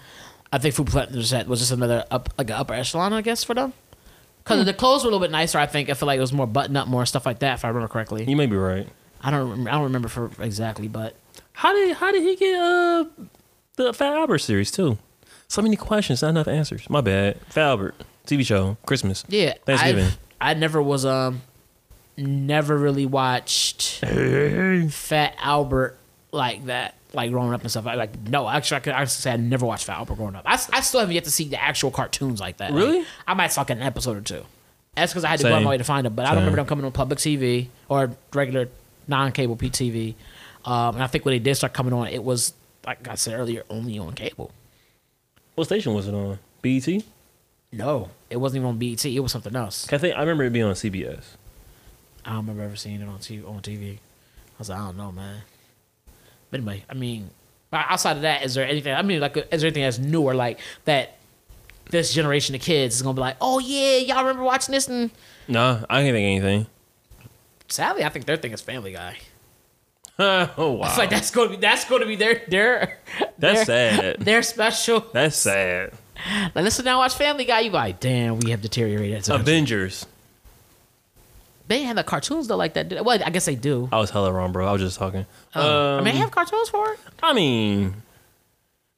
S1: I think Fubu Platinum was just- was just another up like an upper echelon, I guess, for them. Hmm. Because the clothes were a little bit nicer. I think I feel like it was more button up, more stuff like that. If I remember correctly.
S2: You may be right.
S1: I don't remember. I don't remember for exactly, but
S2: How did how did he get uh the Fat Albert series too? So many questions, not enough answers. My bad. Fat Albert TV show Christmas.
S1: yeah,
S2: Thanksgiving.
S1: I've- I never was um never really watched Fat Albert like that. Like growing up and stuff, I like no. Actually, I could I say I never watched Fat Albert growing up. I, s- I still haven't yet to see the actual cartoons like that. Like,
S2: Really?
S1: I might suck at an episode or two. That's because I had to go out
S2: Same.
S1: my way to find them. But I don't remember them coming on public TV or regular non-cable PTV. Um, and I think when they did start coming on, it was like I said earlier, only on cable.
S2: What station was it on? E BET.
S1: No, it wasn't even on BET. It was something else.
S2: 'Cause I think I remember it being on CBS.
S1: I don't remember ever seeing it on TV. On TV, I was like, I don't know, man. But anyway, I mean, o- outside of that, is there anything? I mean, like, is there anything that's newer, like that? This generation of kids is gonna be like, oh yeah, y'all remember watching this? And
S2: Nah, I can't think of anything.
S1: sadly, I think their thing is Family Guy.
S2: oh
S1: It's
S2: wow,
S1: like that's gonna be that's gonna be their their
S2: that's
S1: their,
S2: sad.
S1: Their special.
S2: That's sad.
S1: Like, listen now, watch Family Guy. You like, damn, we have deteriorated. as a country."
S2: Avengers.
S1: they didn't have the cartoons though like that. did they? Well, I guess they do.
S2: I was hella wrong, bro. I was just talking.
S1: Oh,
S2: Uh,
S1: I
S2: Um,
S1: mean, they have cartoons for it.
S2: I mean,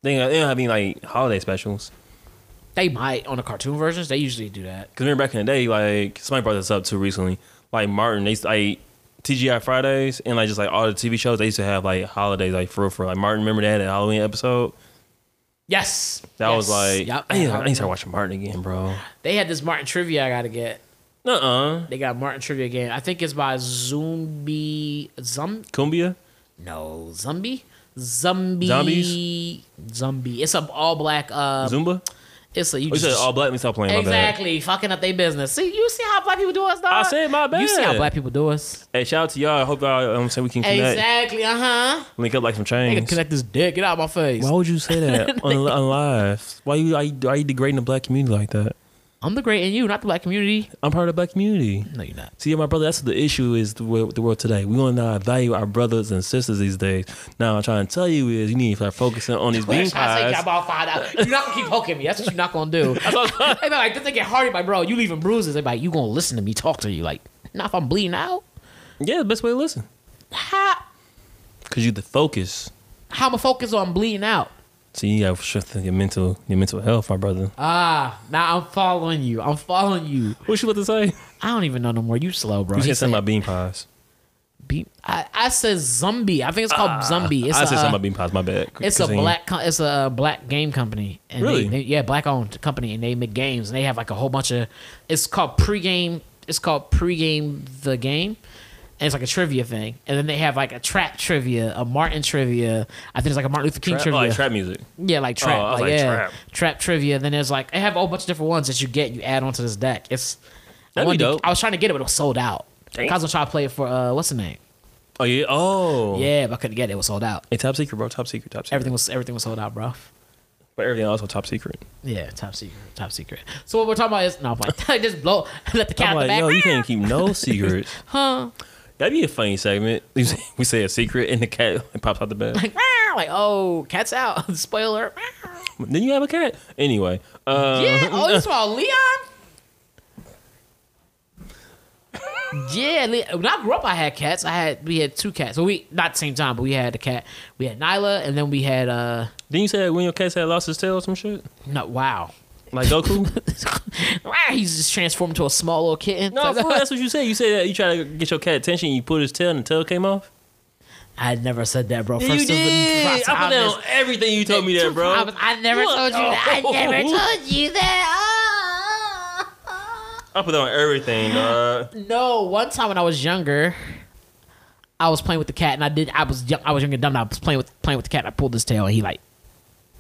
S2: they don't, they don't have any like holiday specials.
S1: They might on the cartoon versions. They usually do that.
S2: Cause remember back in the day, like somebody brought this up too recently. Like Martin, they used to, like TGI Fridays and like just like all the TV shows they used to have like holidays like for real, for like Martin. Remember they had that Halloween episode
S1: Yes.
S2: that was
S1: Yes.
S2: like
S1: Yup.
S2: I, need, I need to start watching Martin again, bro.
S1: They had this Martin trivia I gotta get.
S2: Uh uh,
S1: They got Martin trivia game. I think it's by Zombie Zum
S2: Cumbia.
S1: no Zombie Zombie
S2: Zombies?
S1: Zombie. It's a all black. Uh,
S2: Zumba?
S1: it's a you
S2: We
S1: just
S2: Oh, said all black. We stop playing. Exactly.
S1: exactly fucking up their business. See, you see how black people do us, dog.
S2: I said my bad.
S1: You see how black people do us.
S2: Hey, shout out to y'all. I hope y'all. I'm saying we can connect,
S1: Exactly. Uh huh.
S2: link up like some
S1: They
S2: chains.
S1: can connect this dick. Get out of my face.
S2: Why would you say that on, on live? Why you are, you are you degrading the black community like that?
S1: I'm the great in you, not the black community.
S2: I'm part of the black community.
S1: No, you're not.
S2: See, my brother, that's the issue is the world, the world today. We want to not value our brothers and sisters these days. Now, I'm trying to tell you is you need to start focusing on these bean
S1: Bitch, I say
S2: pies.
S1: y'all about find out. You're not gonna keep poking me. That's what you're not gonna do. they be like, this nigga Hardy, my bro, you leaving bruises. They be like, you gonna listen to me talk to you? Like, not if I'm bleeding out.
S2: Yeah, the best way to listen.
S1: How
S2: Because you the focus.
S1: how am I focused on bleeding out?
S2: See, you got to strengthen your mental, your mental health, my brother.
S1: Ah, now I'm following you. I'm following you.
S2: What you about to say?
S1: I don't even know no more. You slow, bro.
S2: You
S1: Oh, He
S2: said
S1: said
S2: something about bean pies.
S1: be- I, I said zombie. I think it's called zombie. It's
S2: Ah, I
S1: a,
S2: said something
S1: uh,
S2: about bean pies. My bad.
S1: It's a
S2: Continue.
S1: black. Co- it's a black game company. And they-
S2: Really?
S1: they- yeah, black owned company, and they make games, and they have like a whole bunch of. It's called pregame. It's called pregame the game, and it's like a trivia thing. And then they have like a trap trivia, a Martin trivia. I think it's like a Martin Luther King
S2: trap, oh,
S1: trivia.
S2: like trap music.
S1: Yeah, like trap.
S2: Oh, I was
S1: like,
S2: like,
S1: yeah,
S2: trap.
S1: trap. trivia. Then there's like they have a whole bunch of different ones that you get. You add onto this deck. It's. I,
S2: That'd be
S1: wanted to-
S2: dope.
S1: I was trying to get it, but it was sold out.
S2: Damn.
S1: I was gonna try to play it for uh, what's the name?
S2: Oh yeah. Oh
S1: Yeah, but I couldn't get it. It was sold out.
S2: Hey, top secret, bro. Top secret. Top secret.
S1: Everything was everything was sold out, bro.
S2: But everything also top secret.
S1: Yeah, top secret, top secret. So what we're talking about is no, I'm like, just blow, let the cat
S2: I'm
S1: out the
S2: like,
S1: back. Ah.
S2: yo, you can't keep no secrets.
S1: huh?
S2: That'd be a funny segment. We say- we say a secret, and the cat pops out the bed.
S1: Like, "Meow," like, oh, cat's out. Spoiler. Meow.
S2: Then you have a cat. Anyway, uh,
S1: Yeah. Oh, you saw Leon. yeah, Le- when I grew up, I had cats. I had we had two cats. So we not the same time, but we had a cat. We had Nyla, and then we had uh,
S2: Then you said when your cat had lost his tail or some shit,
S1: no, wow,
S2: like Goku.
S1: wow, he's just transformed into a small little kitten.
S2: no, for real, that's what you said. You said that you try to get your cat attention, you put his tail, and the tail came off.
S1: I had never said that, bro.
S2: you
S1: First of all,
S2: did. I put that
S1: promise.
S2: on everything you told me
S1: Two
S2: that, bro.
S1: problems. I never
S2: What?
S1: told you that. I
S2: Oh.
S1: never told you Oh. that.
S2: I put that on everything. Uh,
S1: No, one time when I was younger, I was playing with the cat, and I did. I was young, I was young and dumb. And I was playing with playing with the cat. And I pulled his tail, and he like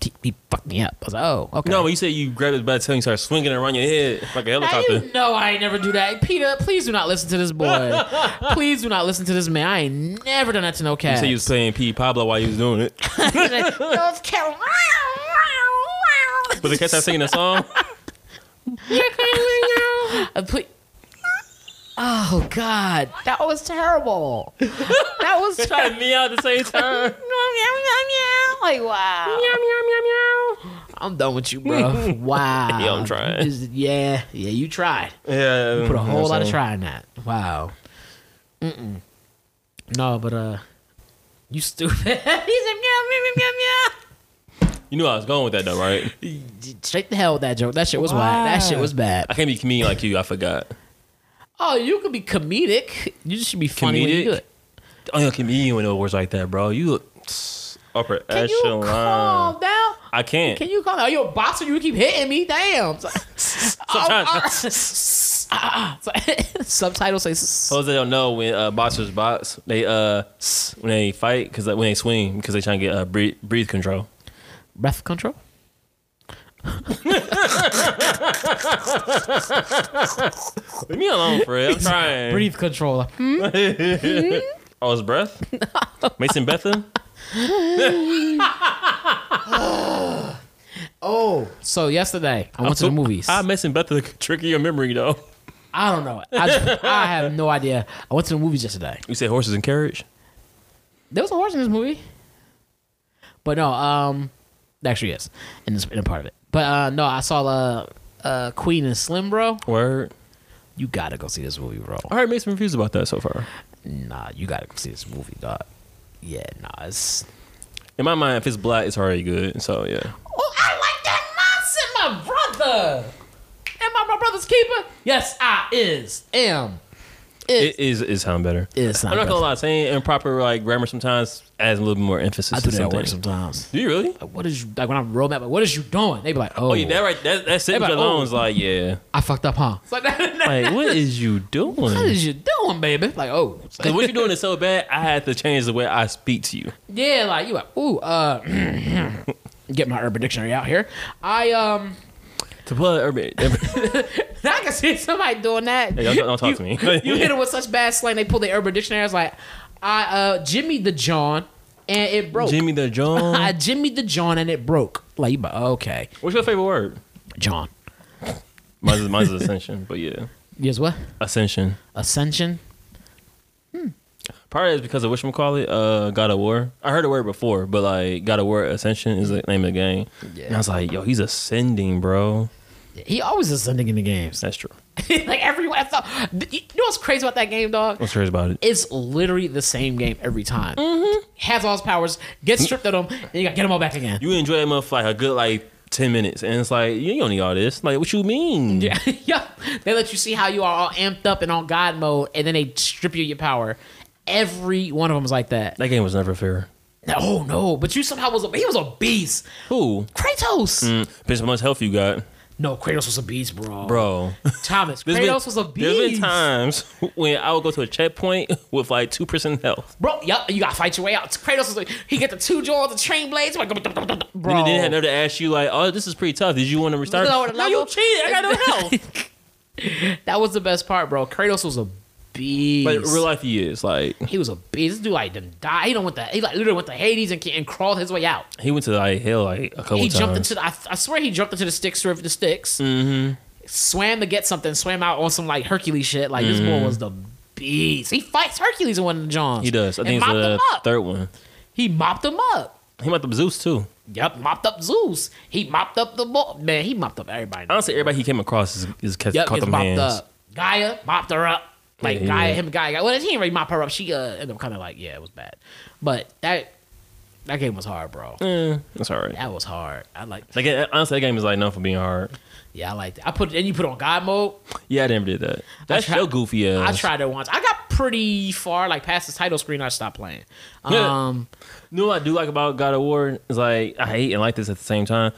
S1: he, he fucked me up. I was like, oh, okay.
S2: no, but you said you grabbed his by the tail, and you started swinging it around your head like a
S1: Now
S2: helicopter.
S1: you know I ain't never do that, Peter. Please do not listen to this boy. please do not listen to this man. I ain't never done that to no
S2: You
S1: cat.
S2: said you was playing P. Pablo while you was doing it,
S1: Those cat.
S2: but the cat started singing a song.
S1: Uh, ple- Oh God, that was terrible. That was
S2: Try
S1: terrible.
S2: to meow at the same time.
S1: like wow. I'm done with you, bro. Wow.
S2: Yeah, I'm trying.
S1: This is- yeah, yeah, you tried.
S2: Yeah,
S1: Put a whole lot of
S2: try.
S1: try in that. Wow. Mm-mm. No, but uh, you stupid. He's like, meow, meow, meow, meow,
S2: You knew I was going with that though, right?
S1: meow. Straight the hell with that joke. That shit was wild. That shit was bad.
S2: I can't be comedian like you. I forgot.
S1: Oh, you could be comedic. You just should be funny when you
S2: Comedic?
S1: do it.
S2: Oh, yeah, comedian with no words like that, bro. You look upper
S1: Can you
S2: echelon.
S1: calm down?
S2: I can't.
S1: Can you calm down? Are you a boxer? You keep hitting me. Damn.
S2: Sometimes-
S1: Ah, ah. Subtitles say.
S2: Those that don't know when uh, boxers box, they uh s- when they fight because when they swing because they trying to get uh, breathe, breathe control.
S1: breath control.
S2: Leave me alone, Fred. I'm trying.
S1: Breathe control.
S2: Oh, his breath. Mason Bethel.
S1: Oh, so yesterday I went to the movies.
S2: I
S1: i
S2: Mason Bethel tricky your memory though.
S1: don't know. I, just- I have no idea. I went to the movies yesterday.
S2: You said horses and carriage.
S1: There was a horse in this movie, but no. Um, actually, yes, in this in a part of it. But uh, no, I saw uh, uh Queen and Slim, bro.
S2: Word.
S1: You gotta go see this movie, bro.
S2: I heard mixed reviews about that so far.
S1: Nah, you gotta go see this movie, dog. Yeah, nah, it's.
S2: In my mind, if it's black, it's already good. So yeah.
S1: Oh, I like that mindset, my brother. Am I my brother's keeper? Yes, I is am.
S2: It is it sound better.
S1: It's not
S2: I'm not
S1: better.
S2: gonna lie, saying improper like grammar sometimes adds a little bit more emphasis
S1: I do
S2: to
S1: that at work
S2: something.
S1: sometimes.
S2: Do you really?
S1: Like, what is you like when I'm roadmap? Like, what is you doing? They be like, oh,
S2: Oh yeah, that right that that sentence
S1: Everybody,
S2: alone
S1: oh.
S2: is like, yeah.
S1: I fucked up, huh? It's like,
S2: Like, what is you doing?
S1: what is you doing, baby? Like, oh, It's
S2: Cause
S1: like,
S2: what you're doing is so bad, I had to change the way I speak to you.
S1: yeah, like you like, ooh, uh, get my urban dictionary out here. I um,
S2: To plug urban,
S1: I can see somebody doing that.
S2: Hey, don't- don't talk to me.
S1: you hit them with such bad slang, they pull their urban dictionaries like, I uh, Jimmy the John, and it broke.
S2: Jimmy the John.
S1: I Jimmy the John, and it broke. Like, you be- okay,
S2: What's your favorite word?
S1: John.
S2: Mine's is, mine's is ascension, but yeah,
S1: Yes, what?
S2: ascension.
S1: Ascension.
S2: Probably is because of what call it, uh, God of War. I heard the word before, but like God of War Ascension is the name of the game.
S1: Yeah.
S2: And I was like, yo, he's ascending, bro.
S1: He always ascending in the games.
S2: That's true.
S1: like everyone, I thought. You know what's crazy about that game, dog?
S2: What's curious about it?
S1: It's literally the same game every time. Has all his powers, gets stripped of them, and you gotta get them all back again.
S2: Mm-hmm. You enjoy that motherfucker like a good like ten minutes, and it's like you don't need all this. Like, what you mean?
S1: yeah, yeah. They let you see how you are all amped up and on God mode, and then they strip you of your power. Every one of them was like that.
S2: That game was never fair.
S1: Oh no! But you somehow was a he was a beast.
S2: Who?
S1: Kratos.
S2: Depends how much health you got,
S1: No, Kratos was a beast, bro.
S2: Mm. bro.
S1: Thomas, Kratos
S2: There's been-
S1: was a
S2: There's been
S1: beast.
S2: times when I would go to a checkpoint with like two percent health.
S1: Bro, yup, you gotta fight your way out. Kratos was like, he get the two jaws, the train blades, like, bro.
S2: Bro. And then have never ask you like, "Oh, this is pretty tough. Did you want to restart?"
S1: Look at
S2: No,
S1: that
S2: you
S1: level.
S2: cheated. I got no health.
S1: That was the best part, bro. Kratos was a beast.
S2: But in real life, he is like
S1: he was a beast. This dude like didn't die. He don't went to he like literally went to Hades and, and crawled his way out.
S2: he went to like hell like a couple
S1: he
S2: times.
S1: jumped into the, I, I swear he jumped into the sticks river the sticks. Mm-hmm. Swam to get something. Swam out on some like Hercules shit. Like this boy was the beast. He fights Hercules in one of the Johns.
S2: Mm-hmm. he does. I
S1: And
S2: think it's uh,
S1: mopped
S2: the
S1: him up.
S2: third one.
S1: He mopped him up.
S2: He might the Zeus too.
S1: Yep, mopped up Zeus. He mopped up the ball. Man, he mopped up everybody.
S2: Honestly, everybody he came across is, is catch,
S1: Yep,
S2: caught
S1: gets
S2: them
S1: mopped
S2: hands.
S1: up. Gaia mopped her up. Like
S2: Yeah,
S1: Gaia,
S2: yeah.
S1: him, Gaia. Well, he didn't really mop her up. She uh, ended up kind of like, yeah, it was bad. But that that game was hard, bro.
S2: Eh, that's all right.
S1: That was hard. I like,
S2: Like eh, honestly, that game is like known for being hard.
S1: yeah, I liked it. I put and you put on God mode.
S2: Yeah, I never did that. That's
S1: tried-
S2: your goofy
S1: I
S2: ass.
S1: tried it once. I got pretty far, like past the title screen. I stopped playing.
S2: Yeah.
S1: Um,
S2: You know what I do like about God of War is like I hate and like this at the same time.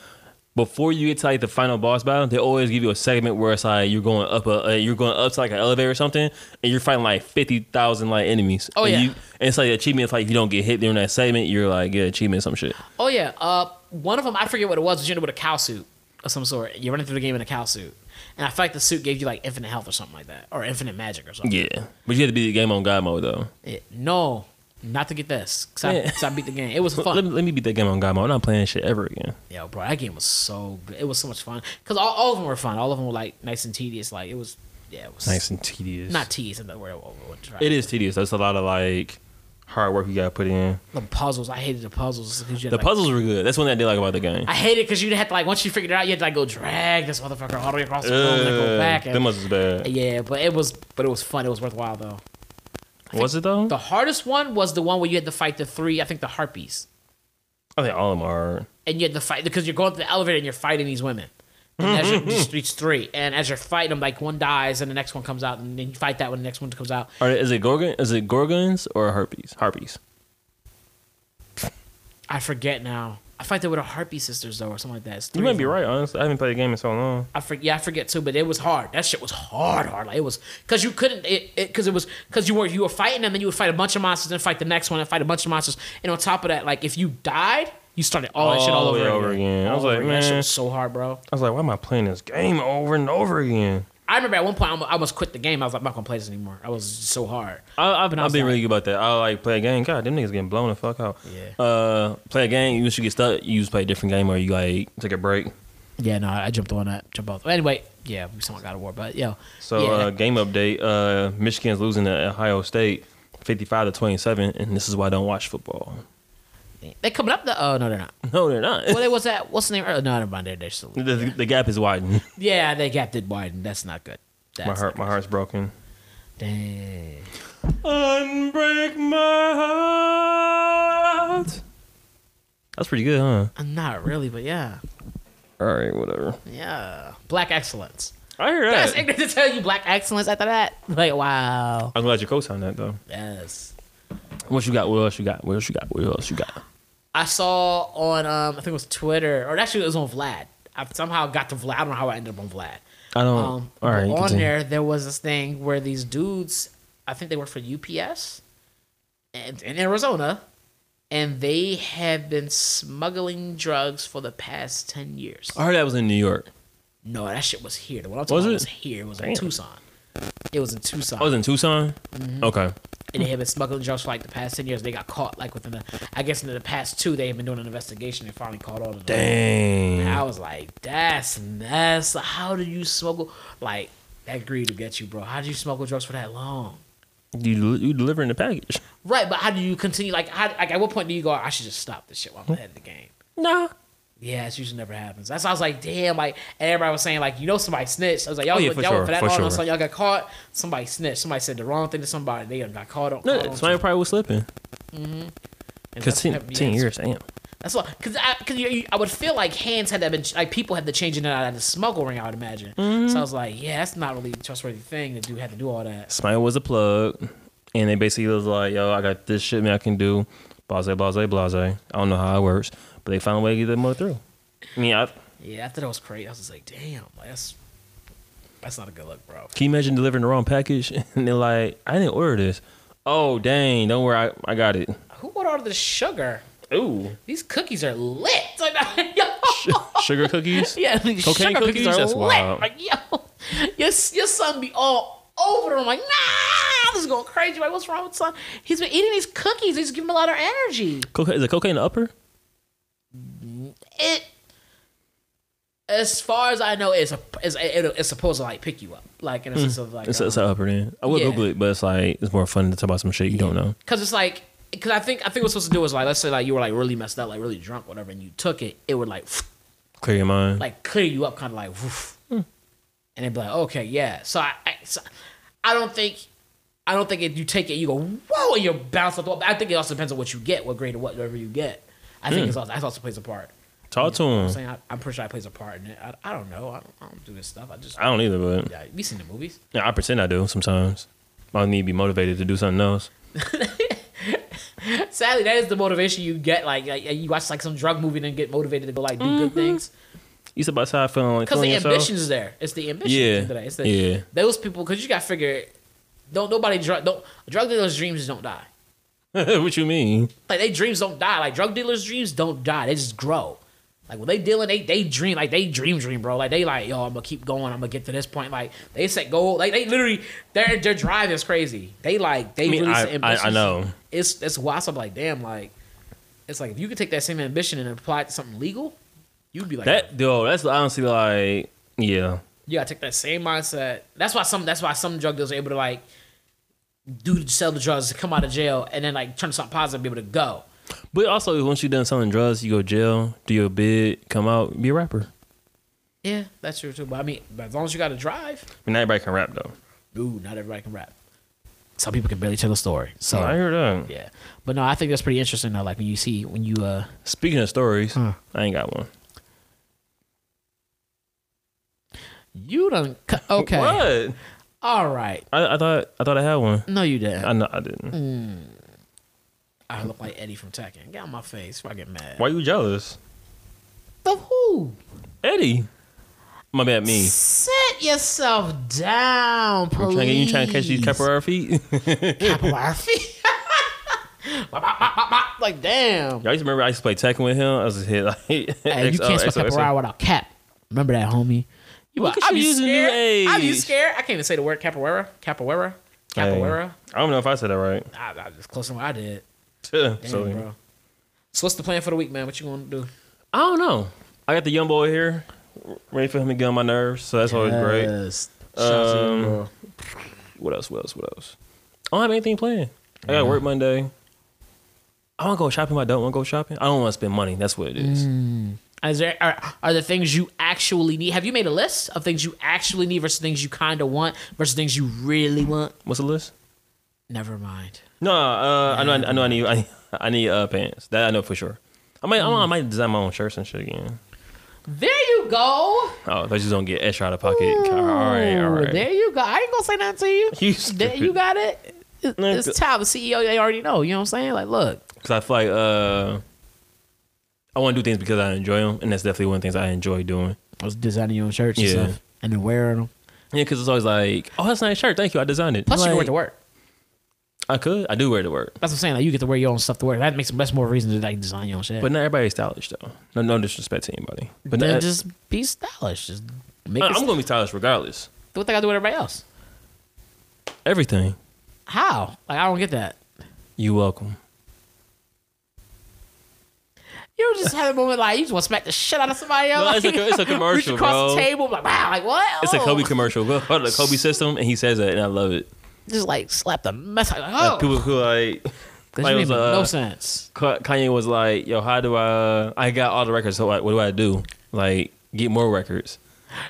S2: Before you get to like the final boss battle, they always give you a segment where it's like you're going up a uh, you're going up to like an elevator or something, and you're fighting like fifty thousand like enemies.
S1: Oh,
S2: and
S1: yeah.
S2: you, and it's like the achievement. If like you don't get hit during that segment, you're like get achievement some shit.
S1: oh yeah, uh, one of them I forget what it was. Was you ended up with a cow suit of some sort. You're running through the game in a cow suit, and I feel like the suit gave you like infinite health or something like that, or infinite magic or something.
S2: Yeah, but you have to beat the game on God mode though.
S1: It- no, not to get this. Cause I,
S2: Yeah.
S1: 'cause I beat the game. It was
S2: Let
S1: fun.
S2: me, let me beat that game on God mode. I'm not playing shit ever again.
S1: Yo, bro, that game was so good. It was so much fun. Cause all, all of them were fun. All of them were like nice and tedious. Like it was, yeah, it was
S2: Nice and tedious.
S1: Not tedious. In the word, what- what- what-
S2: it is tedious. That's a lot of like hard work you got to put in.
S1: The puzzles. I hated the puzzles. 'cause you had,
S2: The
S1: like-
S2: puzzles were good. That's one thing I did like about the game.
S1: I hated because you had to like once you figured it out, you had to like go drag this motherfucker all the way across the room and then go
S2: Ugh,
S1: back. and-
S2: That must be bad.
S1: yeah, but it was but it was fun. It was worthwhile though.
S2: Was it though?
S1: The hardest one was the one where you had to fight the three, I think the harpies.
S2: I think all of them are.
S1: And you had to fight because you're going to the elevator and you're fighting these women. And as you're just these three. And as you're fighting them, like one dies and the next one comes out and then you fight that one, the next one comes out.
S2: Are is it gorgon? Is it gorgons or harpies? Harpies.
S1: I forget now. I fight that with a harpy sisters though or something like that. It's
S2: You
S1: three
S2: might
S1: of
S2: be
S1: them.
S2: right. Honestly, I haven't played the game in so long.
S1: I forget. Yeah, I forget too. But it was hard. That shit was hard, hard. Like it was because you couldn't. It because it, was because you were you were fighting them, and you would fight a bunch of monsters, and fight the next one, and fight a bunch of monsters. And on top of that, like if you died, you started all that shit all
S2: All
S1: over,
S2: the way Oh, over again. I
S1: All
S2: was
S1: over
S2: like,
S1: that shit
S2: man.
S1: was so hard, bro.
S2: I was like, why am I playing this game over and over again?
S1: I remember at one point I almo- I almost quit the game. I was like, I'm not gonna play this anymore. I was so hard.
S2: I, I've been,
S1: I
S2: I've
S1: was
S2: been
S1: like-
S2: really good about that. I like play a game. God, them niggas getting blown the fuck out.
S1: Yeah.
S2: Uh, play a game. You should get stuck. You just play a different game, or you like take a break.
S1: Yeah, no, I jumped on that. Jumped both. Anyway, yeah, we somewhat got a war, but yo,
S2: So
S1: yeah,
S2: uh, game update. Uh, Michigan's losing to Ohio State, fifty-five to twenty-seven, and this is why I don't watch football.
S1: they coming up the. Oh no, they're not.
S2: No, they're not.
S1: Well, they was that. What's the name? Oh, no, never mind. They're, they're still.
S2: the, the gap is widened.
S1: Yeah, they gapped it wide, and that's not good. That's
S2: my heart, my heart's broken.
S1: Dang.
S2: Unbreak my heart. That's pretty good, huh?
S1: Uh, Not really, but yeah.
S2: All right, whatever.
S1: Yeah. Black excellence.
S2: I hear
S1: That's
S2: that.
S1: ignorant to tell you black excellence after that. Like, wow.
S2: I'm glad you co-signed that though.
S1: Yes.
S2: What you got? What else you got? What else you got? What else you got?
S1: I saw on, um, I think it was Twitter, or actually it was on Vlad. I somehow got to Vlad. I don't know how I ended up on Vlad.
S2: I don't.
S1: Um,
S2: Oh. all right,
S1: but on
S2: continue.
S1: there, there was this thing where these dudes, I think they work for UPS and, in Arizona, and they have been smuggling drugs for the past 10 years.
S2: I heard that was in New York.
S1: No, that shit was here. The one I'm talking
S2: Was
S1: about
S2: it?
S1: was here. It was in
S2: Damn. Oh,
S1: Tucson. It was in Tucson.
S2: I was in Tucson.
S1: Mm-hmm.
S2: Okay.
S1: and they had been smuggling drugs for like the past ten years. They got caught like within the, I guess in the past two, they have been doing an investigation and finally caught all of them. And
S2: Dang.
S1: I was like, that's that's how do you smuggle like that greed will get you, bro? How do you smuggle drugs for that long?
S2: You you delivering the package?
S1: Right, but how do you continue? Like, how, like at what point do you go? I should just stop this shit while I'm ahead of the game.
S2: Nah.
S1: Yeah, it's usually never happens. That's why I was like, damn, like and everybody was saying, like, you know, somebody snitched. I was like, y'all,
S2: Oh, yeah,
S1: went-
S2: for
S1: y'all went
S2: sure,
S1: for that
S2: for
S1: long,
S2: sure.
S1: so y'all got caught. Somebody snitched. Somebody said the wrong thing to somebody. They got caught up.
S2: No,
S1: caught on
S2: somebody
S1: to-
S2: probably was slipping.
S1: Mm-hmm. and
S2: Cause
S1: that's
S2: 10,
S1: what- yeah,
S2: 10
S1: it's-
S2: years, damn.
S1: That's why, because I, cause you, you- I would feel like hands had that been like people had to change it out of the smuggle ring. I would imagine.
S2: Mm-hmm.
S1: So I was like, yeah, that's not really a trustworthy thing to do. Had to do all that.
S2: Somebody was a plug, and they basically was like, "Yo, I got this shit, man, I can do." Blase, blase, blase. I don't know how it works, but they found a way to get that mother through. I mean, I, can
S1: Yeah, I thought that was crazy. I was just like, damn, like, that's that's not a good look, bro.
S2: you imagine delivering the wrong package? And they're like, "I didn't order this." Oh, dang! Don't worry, I, I got it.
S1: Who ordered all the sugar?
S2: Ooh,
S1: These cookies are lit. Like, yo,
S2: sugar cookies.
S1: yeah, these
S2: Cocaine
S1: sugar cookies,
S2: cookies?
S1: are
S2: That's
S1: lit.
S2: wild.
S1: Like, yo, your your son be all over them. like, nah, this is going crazy. Like, what's wrong with son? He's been eating these cookies. He's giving him a lot of energy.
S2: Coca- is it cocaine the upper?
S1: it as far as I know, it's a it's, it, it's supposed to like pick you up, like in a sense of like uh,
S2: Hmm. It's,
S1: because
S2: it's an upper then. I would
S1: Uh-huh. Yeah.
S2: Google it, but it's like it's more fun to talk about some shit you don't know.
S1: it's like because I think I think what's supposed to do is like let's say like you were like really messed up, like really drunk, whatever, and you took it, it would like
S2: Clear your mind.
S1: like clear you up, kind of like, woof. and it'd be like okay, yeah. So I, I so I don't think. I don't think if you take it, you go whoa, and you're bounced off the wall. I think it also depends on what you get, what grade or whatever you get. I think it's also, that also plays a part.
S2: Talk to
S1: I'm
S2: him.
S1: saying I, I'm pretty sure I plays a part in it. I, I don't know. I don't, I don't do this stuff. I just
S2: I don't either, but
S1: Yeah, we seen the movies.
S2: yeah, I pretend I do sometimes. I need to be motivated to do something else.
S1: Sadly, that is the motivation you get. Like, like you watch like some drug movie and then get motivated to go like do good things
S2: You step outside feeling like
S1: because
S2: feeling
S1: the
S2: yourself.
S1: ambition is there. It's the ambition.
S2: Yeah,
S1: at the end of the day. It's the,
S2: yeah.
S1: Those people, because you got to figure, don't nobody drug don't drug dealers' dreams don't die.
S2: what you mean?
S1: Like they dreams don't die. Like drug dealers' dreams don't die. They just grow. Like when they dealing, they they dream like they dream dream, bro. Like they like yo, I'm gonna keep going. I'm gonna get to this point. Like they set goal. Like they literally their their drive is crazy. They like they
S2: I mean,
S1: really
S2: I-
S1: set
S2: I- I
S1: ambitions.
S2: know.
S1: it's it's why so I'm like damn like it's like if you could take that same ambition and apply it to something legal, you'd be like
S2: That dude, that's honestly like yeah.
S1: you gotta take that same mindset. That's why some that's why some drug dealers are able to like do sell the drugs, come out of jail, and then like turn to something positive, and be able to go.
S2: But also, once you done selling drugs, you go to jail, do your bid, come out, be a rapper.
S1: Yeah, that's true too. But I mean, but as long as you got to drive,
S2: I mean, not everybody can rap though.
S1: ooh, not everybody can rap. Some people can barely tell a story. So
S2: I hear that.
S1: Oh. yeah, but no, I think that's pretty interesting though. Like when you see when you uh,
S2: Speaking of stories,
S1: Huh.
S2: I ain't got one.
S1: you done cu- okay,
S2: What?
S1: all right.
S2: I, I thought I thought I had one.
S1: No, you didn't.
S2: I know I didn't.
S1: Mm. I look like Eddie from Tekken. Get out my face. Before I get mad.
S2: Why you jealous,
S1: The who?
S2: Eddie? My bad, me.
S1: Sit yourself down,
S2: You
S1: please.
S2: trying, to, you trying to catch these capoeira feet?
S1: Capoeira feet. Bop, bop, bop, bop, bop. like damn.
S2: Y'all used to remember I used to play Tekken with him. I was just hit like
S1: Hey, you can't spell capoeira without cap. Remember that, homie. You are-
S2: Look at
S1: are
S2: you
S1: you
S2: using new
S1: scared? Are you
S2: age.
S1: scared? I can't even say the word capoeira. Capoeira.
S2: Hey.
S1: Capoeira.
S2: I don't know if I said that right.
S1: I, I was close to what I did.
S2: Damn,
S1: Damn,
S2: so
S1: bro. So what's the plan for the week, man? What you gonna do?
S2: I don't know. I got the young boy here, ready for him to get on my nerves. So that's always great.
S1: Yes. Shout out to you,
S2: Um,
S1: bro.
S2: What else? What else? What else? I don't have anything planned. I got to work Monday. I want to go shopping. But I don't want to go shopping. I don't want to spend money. That's what it is.
S1: Mm. Is there are, are there things you actually need? Have you made a list of things you actually need versus things you kind of want versus things you really want?
S2: What's the list?
S1: Never mind.
S2: No, uh, I know. I know. I need. I need, I need uh, pants. That I know for sure. I might. I might design my own shirts and shit again.
S1: There you go.
S2: Oh, they just don't get extra out of pocket. all right, all right.
S1: Oh, There you go. I ain't gonna say nothing to you.
S2: You
S1: There-
S2: stupid.
S1: you got it. It-
S2: No,
S1: It's time. The CEO, they already know. You know what I'm saying? Like, look,
S2: Because I feel like uh, I want to do things because I enjoy them, and that's definitely one of the things I enjoy doing.
S1: I was designing your own shirts
S2: and
S1: and
S2: Yeah.
S1: stuff,
S2: stuff,
S1: and then wearing them.
S2: Yeah, because it's always like, oh, that's a nice shirt. Thank you. I designed it.
S1: Plus, you
S2: Like,
S1: can wear it to work.
S2: I could. I do wear it to work.
S1: That's what I'm saying. Like, you get to wear your own stuff to work. That makes that's more reason to like design your own shit.
S2: But not everybody's stylish though. No, no disrespect to anybody. But
S1: but then
S2: not-
S1: just be stylish. Just make
S2: I-
S1: it.
S2: I'm gonna be stylish regardless.
S1: what they gotta do with everybody else?
S2: Everything.
S1: How? Like, I don't get that.
S2: You welcome.
S1: You were just had a moment like you just want to smack the shit out of somebody else.
S2: No, it's a-
S1: like,
S2: it's a
S1: reach
S2: commercial,
S1: across
S2: bro.
S1: the table, like wow, like what?
S2: It's a
S1: Oh.
S2: Kobe commercial. Go part of the Kobe system, and he says that, and I love it.
S1: Just like slap the mess. Like,
S2: Like,
S1: oh,
S2: people who like.
S1: 'Cause
S2: like,
S1: you
S2: it
S1: make
S2: was, uh,
S1: no sense.
S2: Ka- Kanye was like, "Yo, how do I? I got all the records. So like, what do I do? Like, get more records?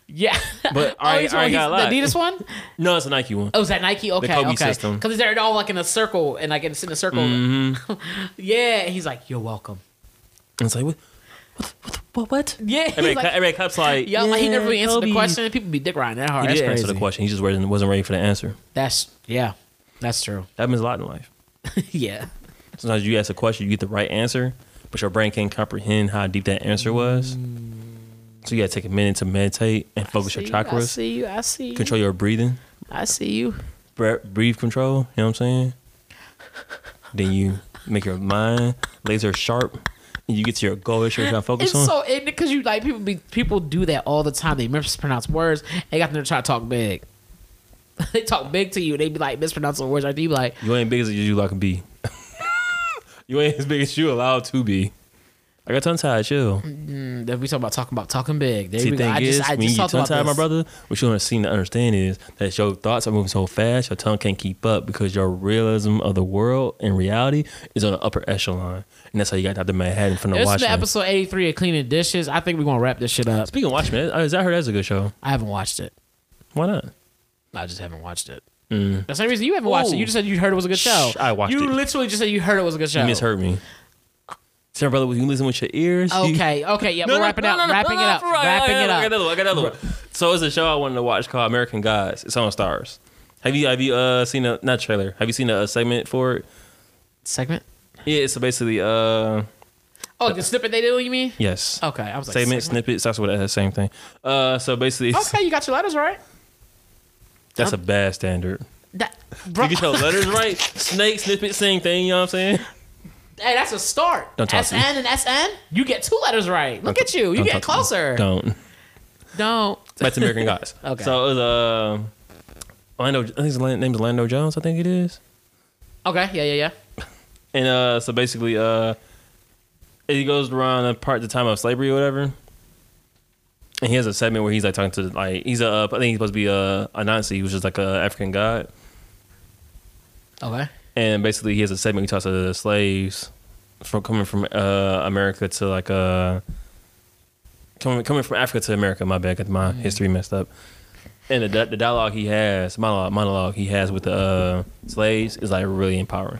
S1: Yeah,
S2: But
S1: oh,
S2: I-
S1: he's
S2: I
S1: one-
S2: got a
S1: he's- the Adidas one.
S2: No, it's a Nike one.
S1: Oh, was that Nike? Okay,
S2: Kobe
S1: okay.
S2: system. Mm-hmm.
S1: Because they're all like in a circle and like it's in a circle. yeah, and he's like, "You're welcome."
S2: And it's like, what? What? What? what?
S1: Yeah,
S2: Everybody,
S1: he's like,
S2: cu- everybody cups like,
S1: yo, like, he never really answered
S2: Kobe.
S1: the question. People be dick riding that hard.
S2: He
S1: That's
S2: did
S1: crazy.
S2: answer the question. He just wasn't, wasn't ready for the answer.
S1: That's yeah, that's true.
S2: That means a lot in life.
S1: yeah,
S2: Sometimes you ask a question, you get the right answer, but your brain can't comprehend how deep that answer was. So you gotta take a minute to meditate and focus
S1: Mm. I see
S2: your
S1: you, I
S2: chakras,
S1: see you. I see you.
S2: control your breathing,
S1: I see you.
S2: bre- breathe control. You know what I'm saying? then you make your mind laser sharp, and you get to your goal that you're trying to focus
S1: It's
S2: on.
S1: so ignorant because you like people be people do that all the time. They mispronounce words. They got them to try to talk big. they talk big to you. They be like mispronouncing words. Like you be like,
S2: You ain't big as you like to be. you ain't as big as you allowed to be. I got tongue tied, chill.
S1: mm, that we talking about talking about talking big. There
S2: See,
S1: we go.
S2: the thing
S1: I
S2: is,
S1: just, I
S2: when
S1: just
S2: you
S1: talked
S2: tongue
S1: about
S2: tied, my
S1: this.
S2: brother, what you don't seem to understand is that your thoughts are moving so fast, your tongue can't keep up because your realism of the world and reality is on the upper echelon. And that's how you got out to Manhattan from the
S1: This is
S2: Watchmen.
S1: the episode eighty three of cleaning dishes. I think we're gonna wrap this shit up.
S2: Speaking of Watchmen, I, I heard that's a good show.
S1: I haven't watched it.
S2: Why not?
S1: I just haven't watched it. That's the same reason you haven't watched it.
S2: Ooh.
S1: You just said you heard it was a good show.
S2: Mm. Shh, I watched
S1: you
S2: it.
S1: literally just said you heard it was a good show.
S2: You misheard me. Sarah, brother, when you listen with your ears, you-
S1: Okay, okay, yeah, we're wrapping up, wrapping it up,
S2: for real.
S1: wrapping
S2: I
S1: it
S2: got
S1: up.
S2: another one, I got another one. So it's a show I wanted to watch called American Gods. It's on Stars. Have you have you uh seen a not trailer? Have you seen a, a segment for it?
S1: Segment.
S2: Yeah, it's basically uh
S1: Oh, the snippet they do. You mean?
S2: yes.
S1: Okay, I was Oh, like
S2: segment,
S1: segment.
S2: snippets, that's what that's same thing. Uh so basically it's-
S1: Okay, you got your letters right.
S2: that's a bad standard.
S1: That, bro,
S2: You get your letters right, snake, snippet, same thing, you know what I'm saying?
S1: hey, that's a start.
S2: Don't talk to
S1: SN
S2: me.
S1: and SN, you get two letters right. Look at you. You
S2: Don't
S1: get
S2: talk to me.
S1: closer.
S2: Don't.
S1: Don't.
S2: Back to American Gods.
S1: Okay.
S2: So it was um Lando I think his la- name's Lando Jones, I think it is.
S1: Okay, yeah, yeah, yeah.
S2: And uh, so basically, uh, it goes around the part the time of slavery or whatever. And he has a segment where he's like talking to like he's a I think he's supposed to be a Anansi, which is like a African god.
S1: Okay.
S2: And basically, he has a segment he talks to the slaves from coming from uh, America to like uh coming coming from Africa to America. My bad, got my history messed up. and the, di- the dialogue he has, monologue, monologue he has with the uh, slaves is like really empowering.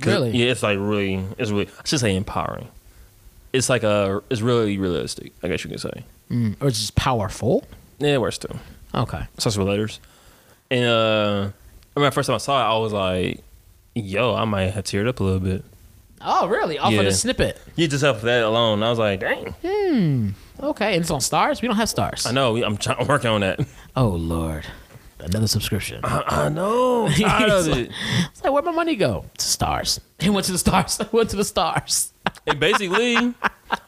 S2: 'Cause-
S1: Really?
S2: Yeah, it's like really, it's really. I should say empowering. It's like a, it's really realistic. I guess you can say.
S1: Mm, or it's just powerful.
S2: Yeah, it works too.
S1: Okay.
S2: Starts with letters. And uh, I remember first time I saw it, I was like, "Yo, I might have teared up a little bit."
S1: Oh, really? Off
S2: Yeah.
S1: of the snippet.
S2: You just off that alone, I was like, "Dang."
S1: Okay, and it's on stars. We don't have stars.
S2: I know. I'm trying to work on that.
S1: Oh Lord, another subscription.
S2: I know. I'm tired of it.
S1: It's like where'd my money go? To stars. It went to the stars. It went to the stars.
S2: It basically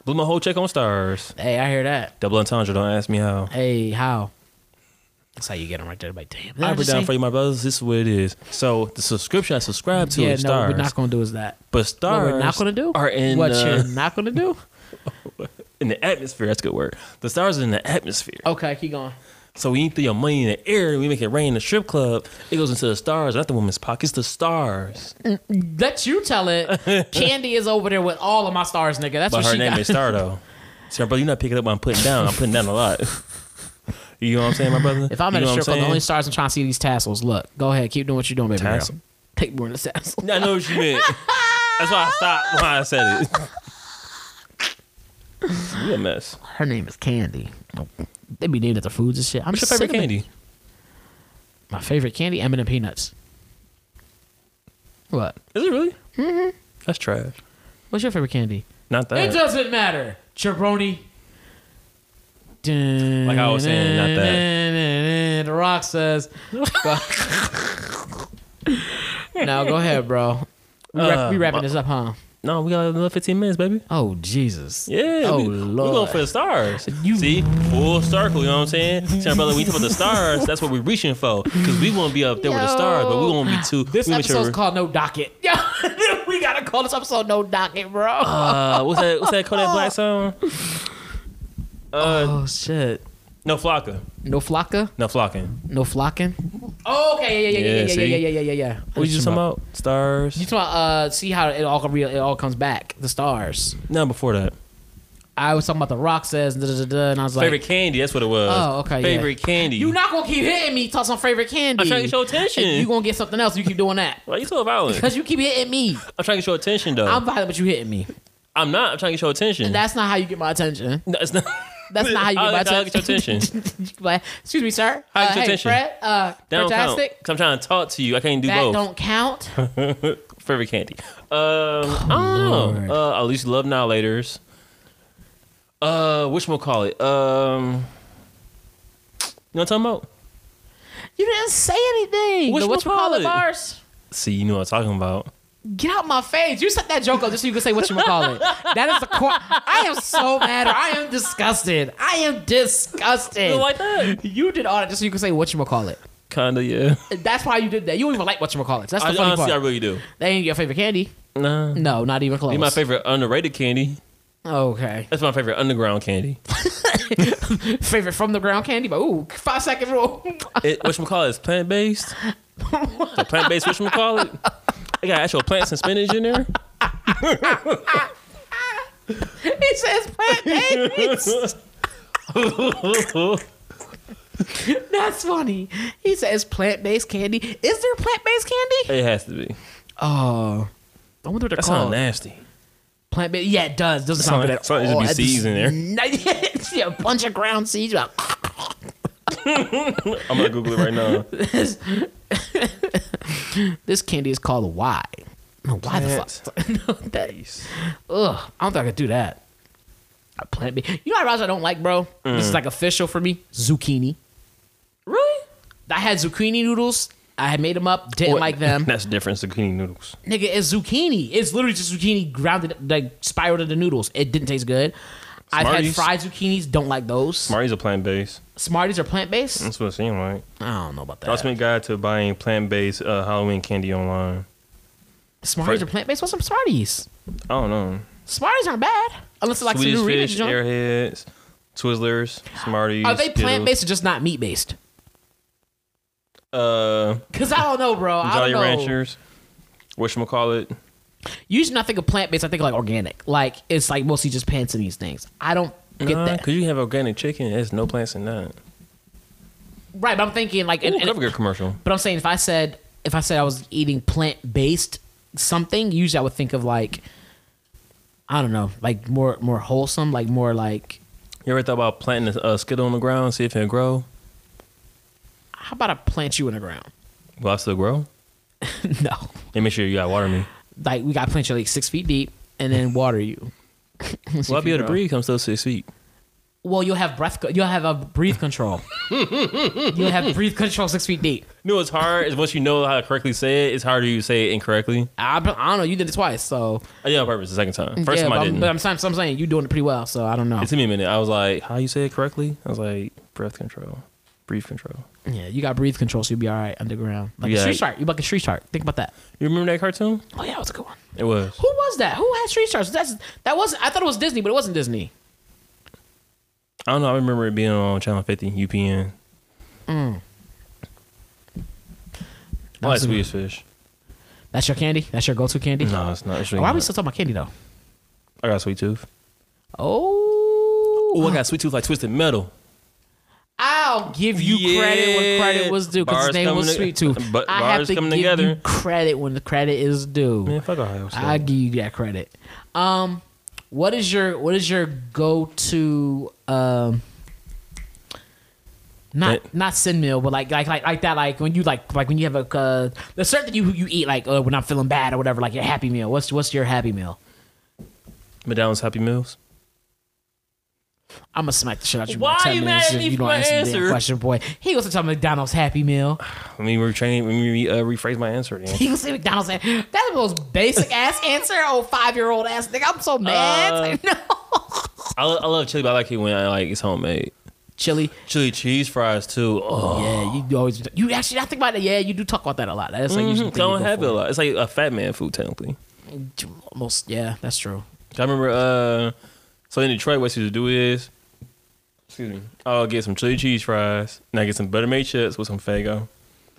S2: blew my whole check on stars.
S1: Hey, I hear that.
S2: Double entendre. Don't ask me how.
S1: Hey, how? That's how you get them right there. Like, damn. did I
S2: I put
S1: just
S2: down
S1: say-
S2: for you, my brothers. This is what it is. So the subscription I subscribe to
S1: Yeah, no,
S2: is stars,
S1: what we're not gonna do is that.
S2: but stars
S1: what we're not gonna do?
S2: are in
S1: what
S2: uh,
S1: you're not gonna do?
S2: in the atmosphere. That's a good word. The stars are in the atmosphere.
S1: Okay, keep going.
S2: So when you throw your money in the air, we make it rain in the strip club. It goes into the stars, not the woman's pocket. It's the stars.
S1: Let you tell it. Candy is over there with all of my stars, nigga. That's
S2: But
S1: what
S2: her
S1: she
S2: name
S1: got.
S2: is Star though. So, brother, you're not picking up what I'm putting down. I'm putting down a lot. You know what I'm saying, my brother?
S1: If I'm at a strip
S2: you know what
S1: club, the
S2: saying?
S1: only stars I'm trying to see are these tassels. Look, go ahead, keep doing what you're doing, baby
S2: Tassel?
S1: girl. Take more than the tassel.
S2: I know what you meant. That's why I stopped when I said it. You a mess.
S1: Her name is Candy. They be named after foods and shit. I'm
S2: What's your
S1: sick
S2: favorite
S1: of it.
S2: candy?
S1: My favorite candy, M and peanuts. What?
S2: Is it really? Mm-hmm. That's trash.
S1: What's your favorite candy?
S2: Not that.
S1: It doesn't matter. Jabroni.
S2: Like I was saying, not
S1: that. The Rock says. now go ahead, bro. We, wrap,
S2: Uh,
S1: we wrapping this up, huh?
S2: no, we got another 15 minutes, baby.
S1: Oh Jesus.
S2: Yeah.
S1: Oh
S2: we,
S1: Lord.
S2: We going for the stars.
S1: You-
S2: See, full circle. You know what I'm saying? See, my brother, we talk about the stars. That's what we're reaching for. Because we want to be up there with the stars, but we won't be too.
S1: This
S2: we wanna make sure
S1: episode's
S2: we're-
S1: called No Docket. Yo, we gotta call this episode No Docket, bro.
S2: Uh, what's that? What's that? Call that black song? Uh,
S1: oh shit.
S2: no flocka.
S1: No flocka.
S2: No flocking.
S1: No flocking. Oh, okay. Yeah, yeah, yeah,
S2: Yeah,
S1: yeah, yeah,
S2: see?
S1: yeah, yeah, yeah, yeah, yeah.
S2: What you talking about?
S1: You
S2: Stars.
S1: talking about uh, see how it all re- it all comes back? The stars.
S2: No, before that.
S1: I was talking about the rock says da, da, da, da, and I was like,
S2: favorite candy. That's what it was.
S1: Oh, okay, yeah.
S2: Favorite candy.
S1: you not gonna keep hitting me. Toss on favorite candy.
S2: I'm trying to get your attention.
S1: And You gonna get something else? You keep doing that
S2: Why you so violent?
S1: because you keep hitting me.
S2: I'm trying to get your attention though.
S1: I'm
S2: I'm,
S1: violent, but you hitting me.
S2: not. I'm trying to get your attention.
S1: And that's not how you get my attention.
S2: no, it's not.
S1: That's not how you get
S2: I'll-
S1: my
S2: I'll get your attention.
S1: Like, Excuse me, sir.
S2: How you
S1: uh,
S2: get
S1: hey,
S2: your attention?
S1: Fred. Uh,
S2: That don't count.
S1: fantastic.
S2: 'Cause I'm trying to talk to you. I can't do
S1: That
S2: both.
S1: don't count.
S2: Favorite candy. Um, I don't
S1: Lord.
S2: know. Uh, at least love now later's. Uh, which one call it? Um, you know what I'm talking about?
S1: You didn't say anything.
S2: Which
S1: The what you call it
S2: McCall it?
S1: bars?
S2: See, you know what I'm talking about.
S1: Get out my face. You set that joke up just so you can say what you call it. That is the core. I am so mad. I am disgusted. I am disgusted.
S2: You like that?
S1: you did all that just so you can say what you call it.
S2: Kinda, yeah.
S1: That's why you did that. You don't even like what you call it. That's the
S2: I,
S1: funny
S2: honestly, I
S1: part.
S2: really do.
S1: That ain't your favorite candy.
S2: Nah.
S1: No, not even close.
S2: You're my favorite underrated candy.
S1: Okay.
S2: That's my favorite underground candy.
S1: Favorite from the ground candy, but ooh, five second rule.
S2: It, which call it? It's plant based. Plant based. Which call it? I got actual plants and spinach in there.
S1: he says plant based. That's funny. He says plant based candy. Is there plant based candy?
S2: It has to be.
S1: Oh. I wonder what they're
S2: That sounds
S1: called.
S2: nasty.
S1: Plant based. Yeah, it does. Doesn't sound good
S2: Sound-
S1: at
S2: sound like
S1: all.
S2: just be seeds in there.
S1: there. yeah, a bunch of ground seeds. Like,
S2: I'm gonna Google it right now.
S1: this candy is called Y. No, why
S2: Plant
S1: the fuck? no, that, ugh, I don't think I could do that. A plant based. You know what else I don't like, bro? This is like official for me. Zucchini.
S2: Mm. Really?
S1: I had zucchini noodles. I had made them up. Didn't
S2: What-
S1: like them.
S2: That's different. Zucchini noodles.
S1: Nigga, it's zucchini. It's literally just zucchini grounded, like spiraled into noodles. It didn't taste good. I've had
S2: Smarties.
S1: fried zucchinis. Don't like those.
S2: Marty's a plant based.
S1: Smarties are plant based.
S2: That's what it seemed like.
S1: I don't know about that.
S2: The ultimate guide to buying plant based uh, Halloween candy online.
S1: Smarties
S2: Fr-
S1: are plant based. What's some Smarties?
S2: I don't know.
S1: Smarties aren't bad unless it's like
S2: Swedish
S1: some new
S2: fish,
S1: fish,
S2: airheads, Twizzlers, Smarties.
S1: Are they
S2: Skittles.
S1: plant based or just not meat based?
S2: Uh,
S1: Cause I don't know, bro. I don't
S2: Jolly
S1: know.
S2: Ranchers. Which call it?
S1: Usually, when I think of plant based, I think of like organic. Like it's like mostly just pants and these things. I don't get that.
S2: Cause you have organic chicken. There's no plants in that.
S1: right, but I'm thinking like, and-
S2: Ooh,
S1: and-
S2: that was a good commercial.
S1: but I'm saying if I said if I said I was eating plant based something, usually I would think of like, I don't know, like more more wholesome, like more like
S2: You ever thought about planting a, a skittle on the ground, see if it'll grow?
S1: how about I plant you in the ground?
S2: Will I still grow?
S1: no,
S2: And make sure you got water me.
S1: like we got to plant you like six feet deep and then water you.
S2: Will I be able to
S1: grow.
S2: breathe? Come still six feet.
S1: Well, you'll have breath. co- You'll have a breathe control. you'll have breathe control six feet deep.
S2: You know what's hard is once you know how to correctly say it, it's harder you say it incorrectly.
S1: I, I don't know. You did it twice, so
S2: I did it on purpose the second time.
S1: yeah,
S2: First time
S1: but
S2: I
S1: I'm-
S2: didn't.
S1: But I'm, saying- so I'm saying you're doing it pretty well, so I don't know.
S2: it took me a minute. I was like, how you say it correctly? I was like, breath control, breathe control.
S1: yeah, you got breathe control, so you'll be all right underground. Like
S2: Yeah.
S1: a street shark. You're like a street shark. Think about that.
S2: You remember that cartoon?
S1: Oh yeah, that was a good one.
S2: It was.
S1: Who was that? Who had street sharks? That's that was. I thought it was Disney, but it wasn't Disney.
S2: I don't know. I remember it being on Channel 50, UPN. Mm. I like
S1: That's a-
S2: Swedish fish.
S1: That's your candy. That's your go-to candy.
S2: No, it's not. It's really
S1: Why are we
S2: not.
S1: still talking about candy though?
S2: I got a sweet tooth.
S1: Oh,
S2: Oh, I got a sweet tooth like Twisted Metal.
S1: I'll give you credit when
S2: Yeah.
S1: credit was due because
S2: Bars
S1: his name was
S2: coming
S1: Sweet
S2: to-
S1: Tooth.
S2: but
S1: I have
S2: bars
S1: to
S2: coming
S1: give you
S2: together.
S1: credit when the credit is due.
S2: Man, fuck Ohio State.
S1: I give you that credit. Um, what is your what is your go to um, not
S2: That-
S1: not sin meal, but like like like like that like when you like like when you have a uh, the certain that you you eat like uh, when I'm feeling bad or whatever like your happy meal. What's what's your happy meal?
S2: McDonald's Happy Meals.
S1: I'm gonna smack the shit out you.
S2: Why
S1: in
S2: you
S1: 10 minutes
S2: mad at
S1: if
S2: me
S1: you
S2: for
S1: don't
S2: my
S1: answer the damn
S2: answer?
S1: question, boy? He was talking McDonald's Happy Meal.
S2: I mean, we're training. Let me uh, rephrase my answer. Then.
S1: He was saying McDonald's. That's the most basic ass answer. Oh, five year old ass nigga. I'm so mad.
S2: Uh,
S1: Like, no.
S2: I, lo- I love chili, but I like it when I like it's homemade.
S1: Chili.
S2: Chili cheese fries too. Oh,
S1: Yeah, you always you actually I think about it. Yeah, you do talk about that a lot. That's like you
S2: I
S1: usually
S2: Mm-hmm. don't have it a lot. It's like a fat man food technically.
S1: Almost, yeah, that's true.
S2: I remember. uh So in Detroit, what you used to do is, excuse me, I'll get some chili cheese fries and I get some buttermade chips with some Fago,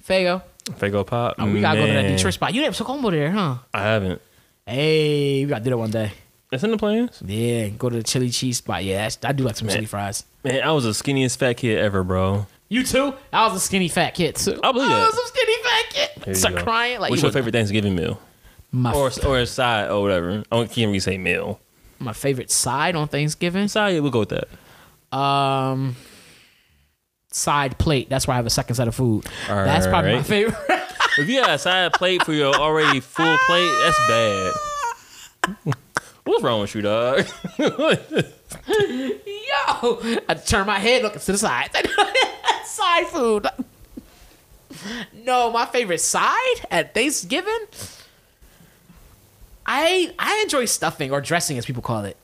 S1: Fago,
S2: Fago pop.
S1: oh, we gotta go to that
S2: Man,
S1: Detroit spot. You never took home over there, huh?
S2: I haven't.
S1: Hey, we gotta do that one day.
S2: It's in the plans.
S1: Yeah, go to the chili cheese spot. Yeah, that's, I do like some chili fries.
S2: Man, I was the skinniest fat kid ever, bro.
S1: You too? I was a skinny fat kid too.
S2: I believe
S1: I
S2: that.
S1: was a skinny fat
S2: Here
S1: kid.
S2: you
S1: Start
S2: go.
S1: crying like
S2: What's
S1: you
S2: your
S1: was-
S2: favorite Thanksgiving meal,
S1: My,
S2: or or a side or whatever? I can't really say meal.
S1: my favorite side on Thanksgiving.
S2: Side, we'll go with that.
S1: Um, side plate. That's why I have a second set of food. that's probably my
S2: Alright.
S1: favorite.
S2: If you got a side plate for your already full plate, that's bad. What's wrong with you, dog?
S1: yo, I turn my head looking to the side. side food. No, my favorite side at Thanksgiving. I I enjoy stuffing or dressing, as people call it.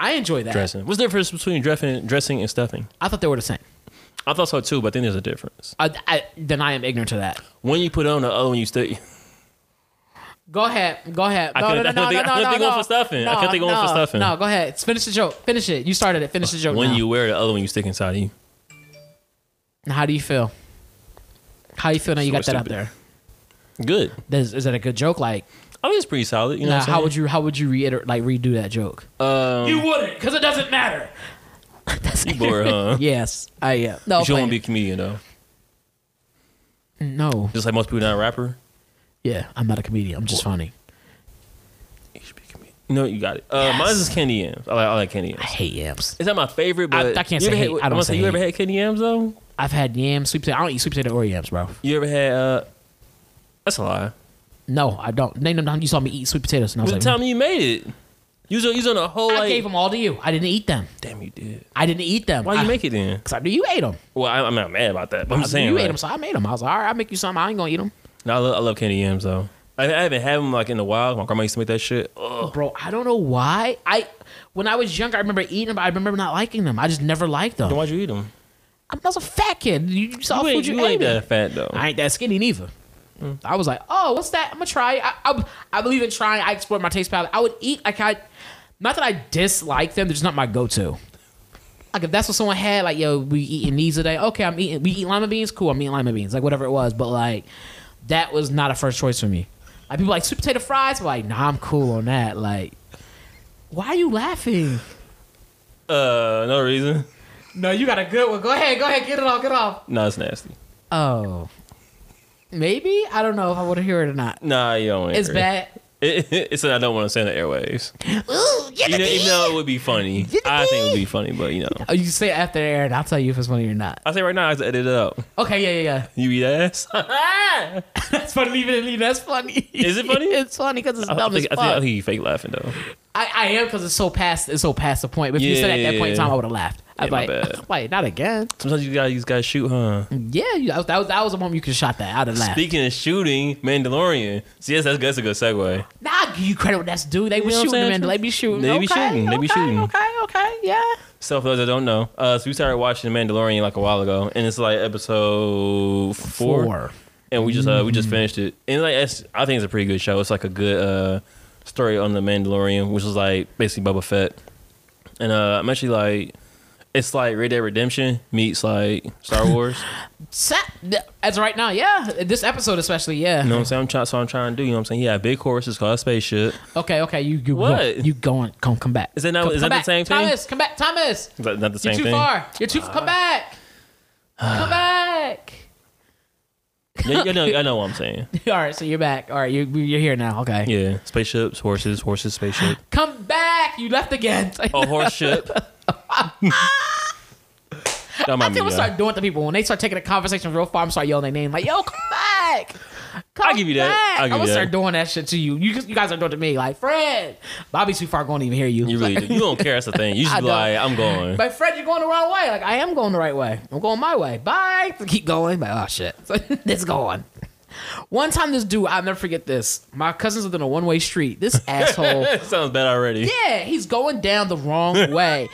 S1: I enjoy that.
S2: Dressing. What's the difference between dressing, dressing and stuffing?
S1: I thought they were the same.
S2: I thought so too, but I think there's a difference.
S1: I, I, then I am ignorant to that.
S2: When you put on the other one, you still.
S1: Go ahead. Go ahead.
S2: I
S1: No, no,
S2: couldn't-
S1: no,
S2: I couldn't
S1: no,
S2: think- I
S1: no,
S2: couldn't
S1: no,
S2: think one
S1: no.
S2: for stuffing. I
S1: No,
S2: couldn't think one for
S1: no,
S2: stuffing.
S1: No, go ahead. Finish the joke. Finish it. You started it. Finish the joke.
S2: When
S1: now.
S2: you wear the other one, you stick inside you.
S1: How do you feel? How you feel now? You got
S2: So
S1: that out
S2: stupid.
S1: there.
S2: Good.
S1: Is, is that a good joke? Like,
S2: I think it's pretty solid. You know
S1: now,
S2: what I'm
S1: how would you how would you reiterate like redo that joke?
S2: saying?
S1: you wouldn't, because it doesn't matter.
S2: Um, bored, huh?
S1: Yes, I am. No,
S2: You don't want to be a
S1: playing.
S2: comedian though.
S1: no.
S2: Just like most people not a rapper.
S1: Yeah, I'm not a comedian. I'm just funny.
S2: You should be a comedian. No, you got it. Uh,
S1: Yes.
S2: Mine's is candy yams. I like, I like candy
S1: I
S2: yams.
S1: hate yams.
S2: It's not my favorite,
S1: I-
S2: but
S1: I can't
S2: you
S1: say
S2: ever
S1: hate.
S2: had-
S1: I don't
S2: I'ma
S1: say
S2: you ever
S1: hate.
S2: had candy yams though.
S1: I've had yams, sweet potato. I don't eat sweet potato or yams, bro.
S2: You ever had? uh That's a lie.
S1: No, I don't. Name them down. You saw me eat sweet potatoes, and I was
S2: By the
S1: like,
S2: time you made it, you was, on- you was on a whole
S1: I
S2: like.
S1: gave them all to you. I didn't eat them.
S2: Damn, you did.
S1: I didn't eat them.
S2: Why you make it then?
S1: Because I knew you ate them.
S2: Well, I, I'm not mad about that. But I'm
S1: I knew
S2: saying
S1: you
S2: like,
S1: ate them, so I made them. I was like, all right, I'll make you something. I ain't gonna eat them,
S2: No, I love, I love candy yams though. I, I haven't had them like in a while. My grandma used to make that shit. Ugh.
S1: bro. I don't know why. I when I was younger, I remember eating them. But I remember not liking them. I just never liked them.
S2: Then why'd you eat them?
S1: I was a fat kid. You you saw
S2: You
S1: Oh, food
S2: ain't,
S1: you,
S2: you ain't
S1: ate.
S2: that fat though.
S1: I ain't that skinny neither. I was like, oh, what's that? I'm gonna try. it. I, I I believe in trying. I explore my taste palette. I would eat like I, not that I dislike them. They're just not my go-to. Like if that's what someone had, like yo, we eating these today. Okay, I'm eating. We eat lima beans. Cool, I'm eating lima beans. Like whatever it was, but like that was not a first choice for me. Like people like sweet potato fries. I'm like nah, I'm cool on that. Like, why are you laughing?
S2: Uh, no reason.
S1: No, you got a good one. Go ahead, go ahead, get it off, get it off.
S2: No, it's nasty.
S1: Oh, maybe I don't know if I want to hear it or not.
S2: Nah, you don't. wanna
S1: It's
S2: hear
S1: bad.
S2: It, it's that I don't want to say in the airwaves.
S1: Ooh, get
S2: You know, even though it would be funny. I think it would be funny, but you know.
S1: Oh, you say it after air, and I'll tell you if it's funny or not.
S2: I say right now, I have to edit it up.
S1: Okay, yeah, yeah, yeah.
S2: You eat ass? I
S1: That's funny. Leave it in. leave it. That's funny.
S2: Is it funny?
S1: it's funny because it's
S2: think, I,
S1: dumb as
S2: think,
S1: fuck.
S2: I
S1: I,
S2: think you fake laughing though.
S1: I, am because it's so past. It's so past the point. But if you said it at that point in
S2: Yeah.
S1: time, I would have laughed. I'd
S2: Yeah,
S1: be
S2: my
S1: like,
S2: bad.
S1: wait, not again.
S2: Sometimes you guys, you gotta shoot, huh?
S1: Yeah, you, that was that was the moment you could have shot that. I'd have laughed.
S2: Speaking of shooting, Mandalorian. See, yes, that's, that's a good segue.
S1: Nah, I give you credit with that's dude. They
S2: know
S1: was
S2: what I'm
S1: shooting
S2: saying?
S1: him and they be shooting.
S2: They be
S1: okay,
S2: shooting, they be
S1: okay,
S2: shooting.
S1: Okay, okay, yeah.
S2: So for those that don't know, uh, so we started watching Mandalorian like a while ago, and it's like episode four, and we just uh, we just finished it. And like, it's, I think it's a pretty good show. It's like a good uh, story on the Mandalorian, which is like basically Boba Fett. And uh, I'm actually like, it's like Red Dead Redemption meets like Star Wars.
S1: Sa- th- as of right now, yeah. This episode especially, yeah.
S2: you know what I'm saying? I'm trying, so I'm trying to do. You know what I'm saying? Yeah, big horses called spaceship.
S1: Okay, okay. You you
S2: What?
S1: Go, you going? Come come back.
S2: Is that not-
S1: Come, come
S2: is that the
S1: back.
S2: same thing?
S1: Thomas, come back. Thomas,
S2: Is that not the
S1: you're
S2: same
S1: too
S2: thing? Ah.
S1: far. You're too. come back. Come back.
S2: Yeah, yeah, no, I know what I'm saying.
S1: All right, so you're back. All right, you you're here now. Okay.
S2: Yeah, spaceships, horses, horses, spaceship.
S1: Come back. You left again.
S2: A horse ship. that might
S1: I
S2: be
S1: think we
S2: yeah.
S1: start doing it to people when they start taking a conversation real far. I'm start yelling their name like, "Yo, come back!" Come
S2: I'll give you that.
S1: back."
S2: I'll give
S1: I'm
S2: you
S1: gonna
S2: that.
S1: start doing that shit to you. You, you guys are doing it to me like, Fred. Bobby too far going to even hear you.
S2: You really do. You don't care. That's the thing. You
S1: I
S2: should be
S1: don't.
S2: like, I'm going.
S1: But Fred, you're going the wrong way. Like I am going the right way. I'm going my way. Bye. Keep going. Like oh shit, it's going. One time, this dude, I'll never forget this. My cousins lived in a one way street. This asshole.
S2: That sounds bad already.
S1: Yeah, he's going down the wrong way.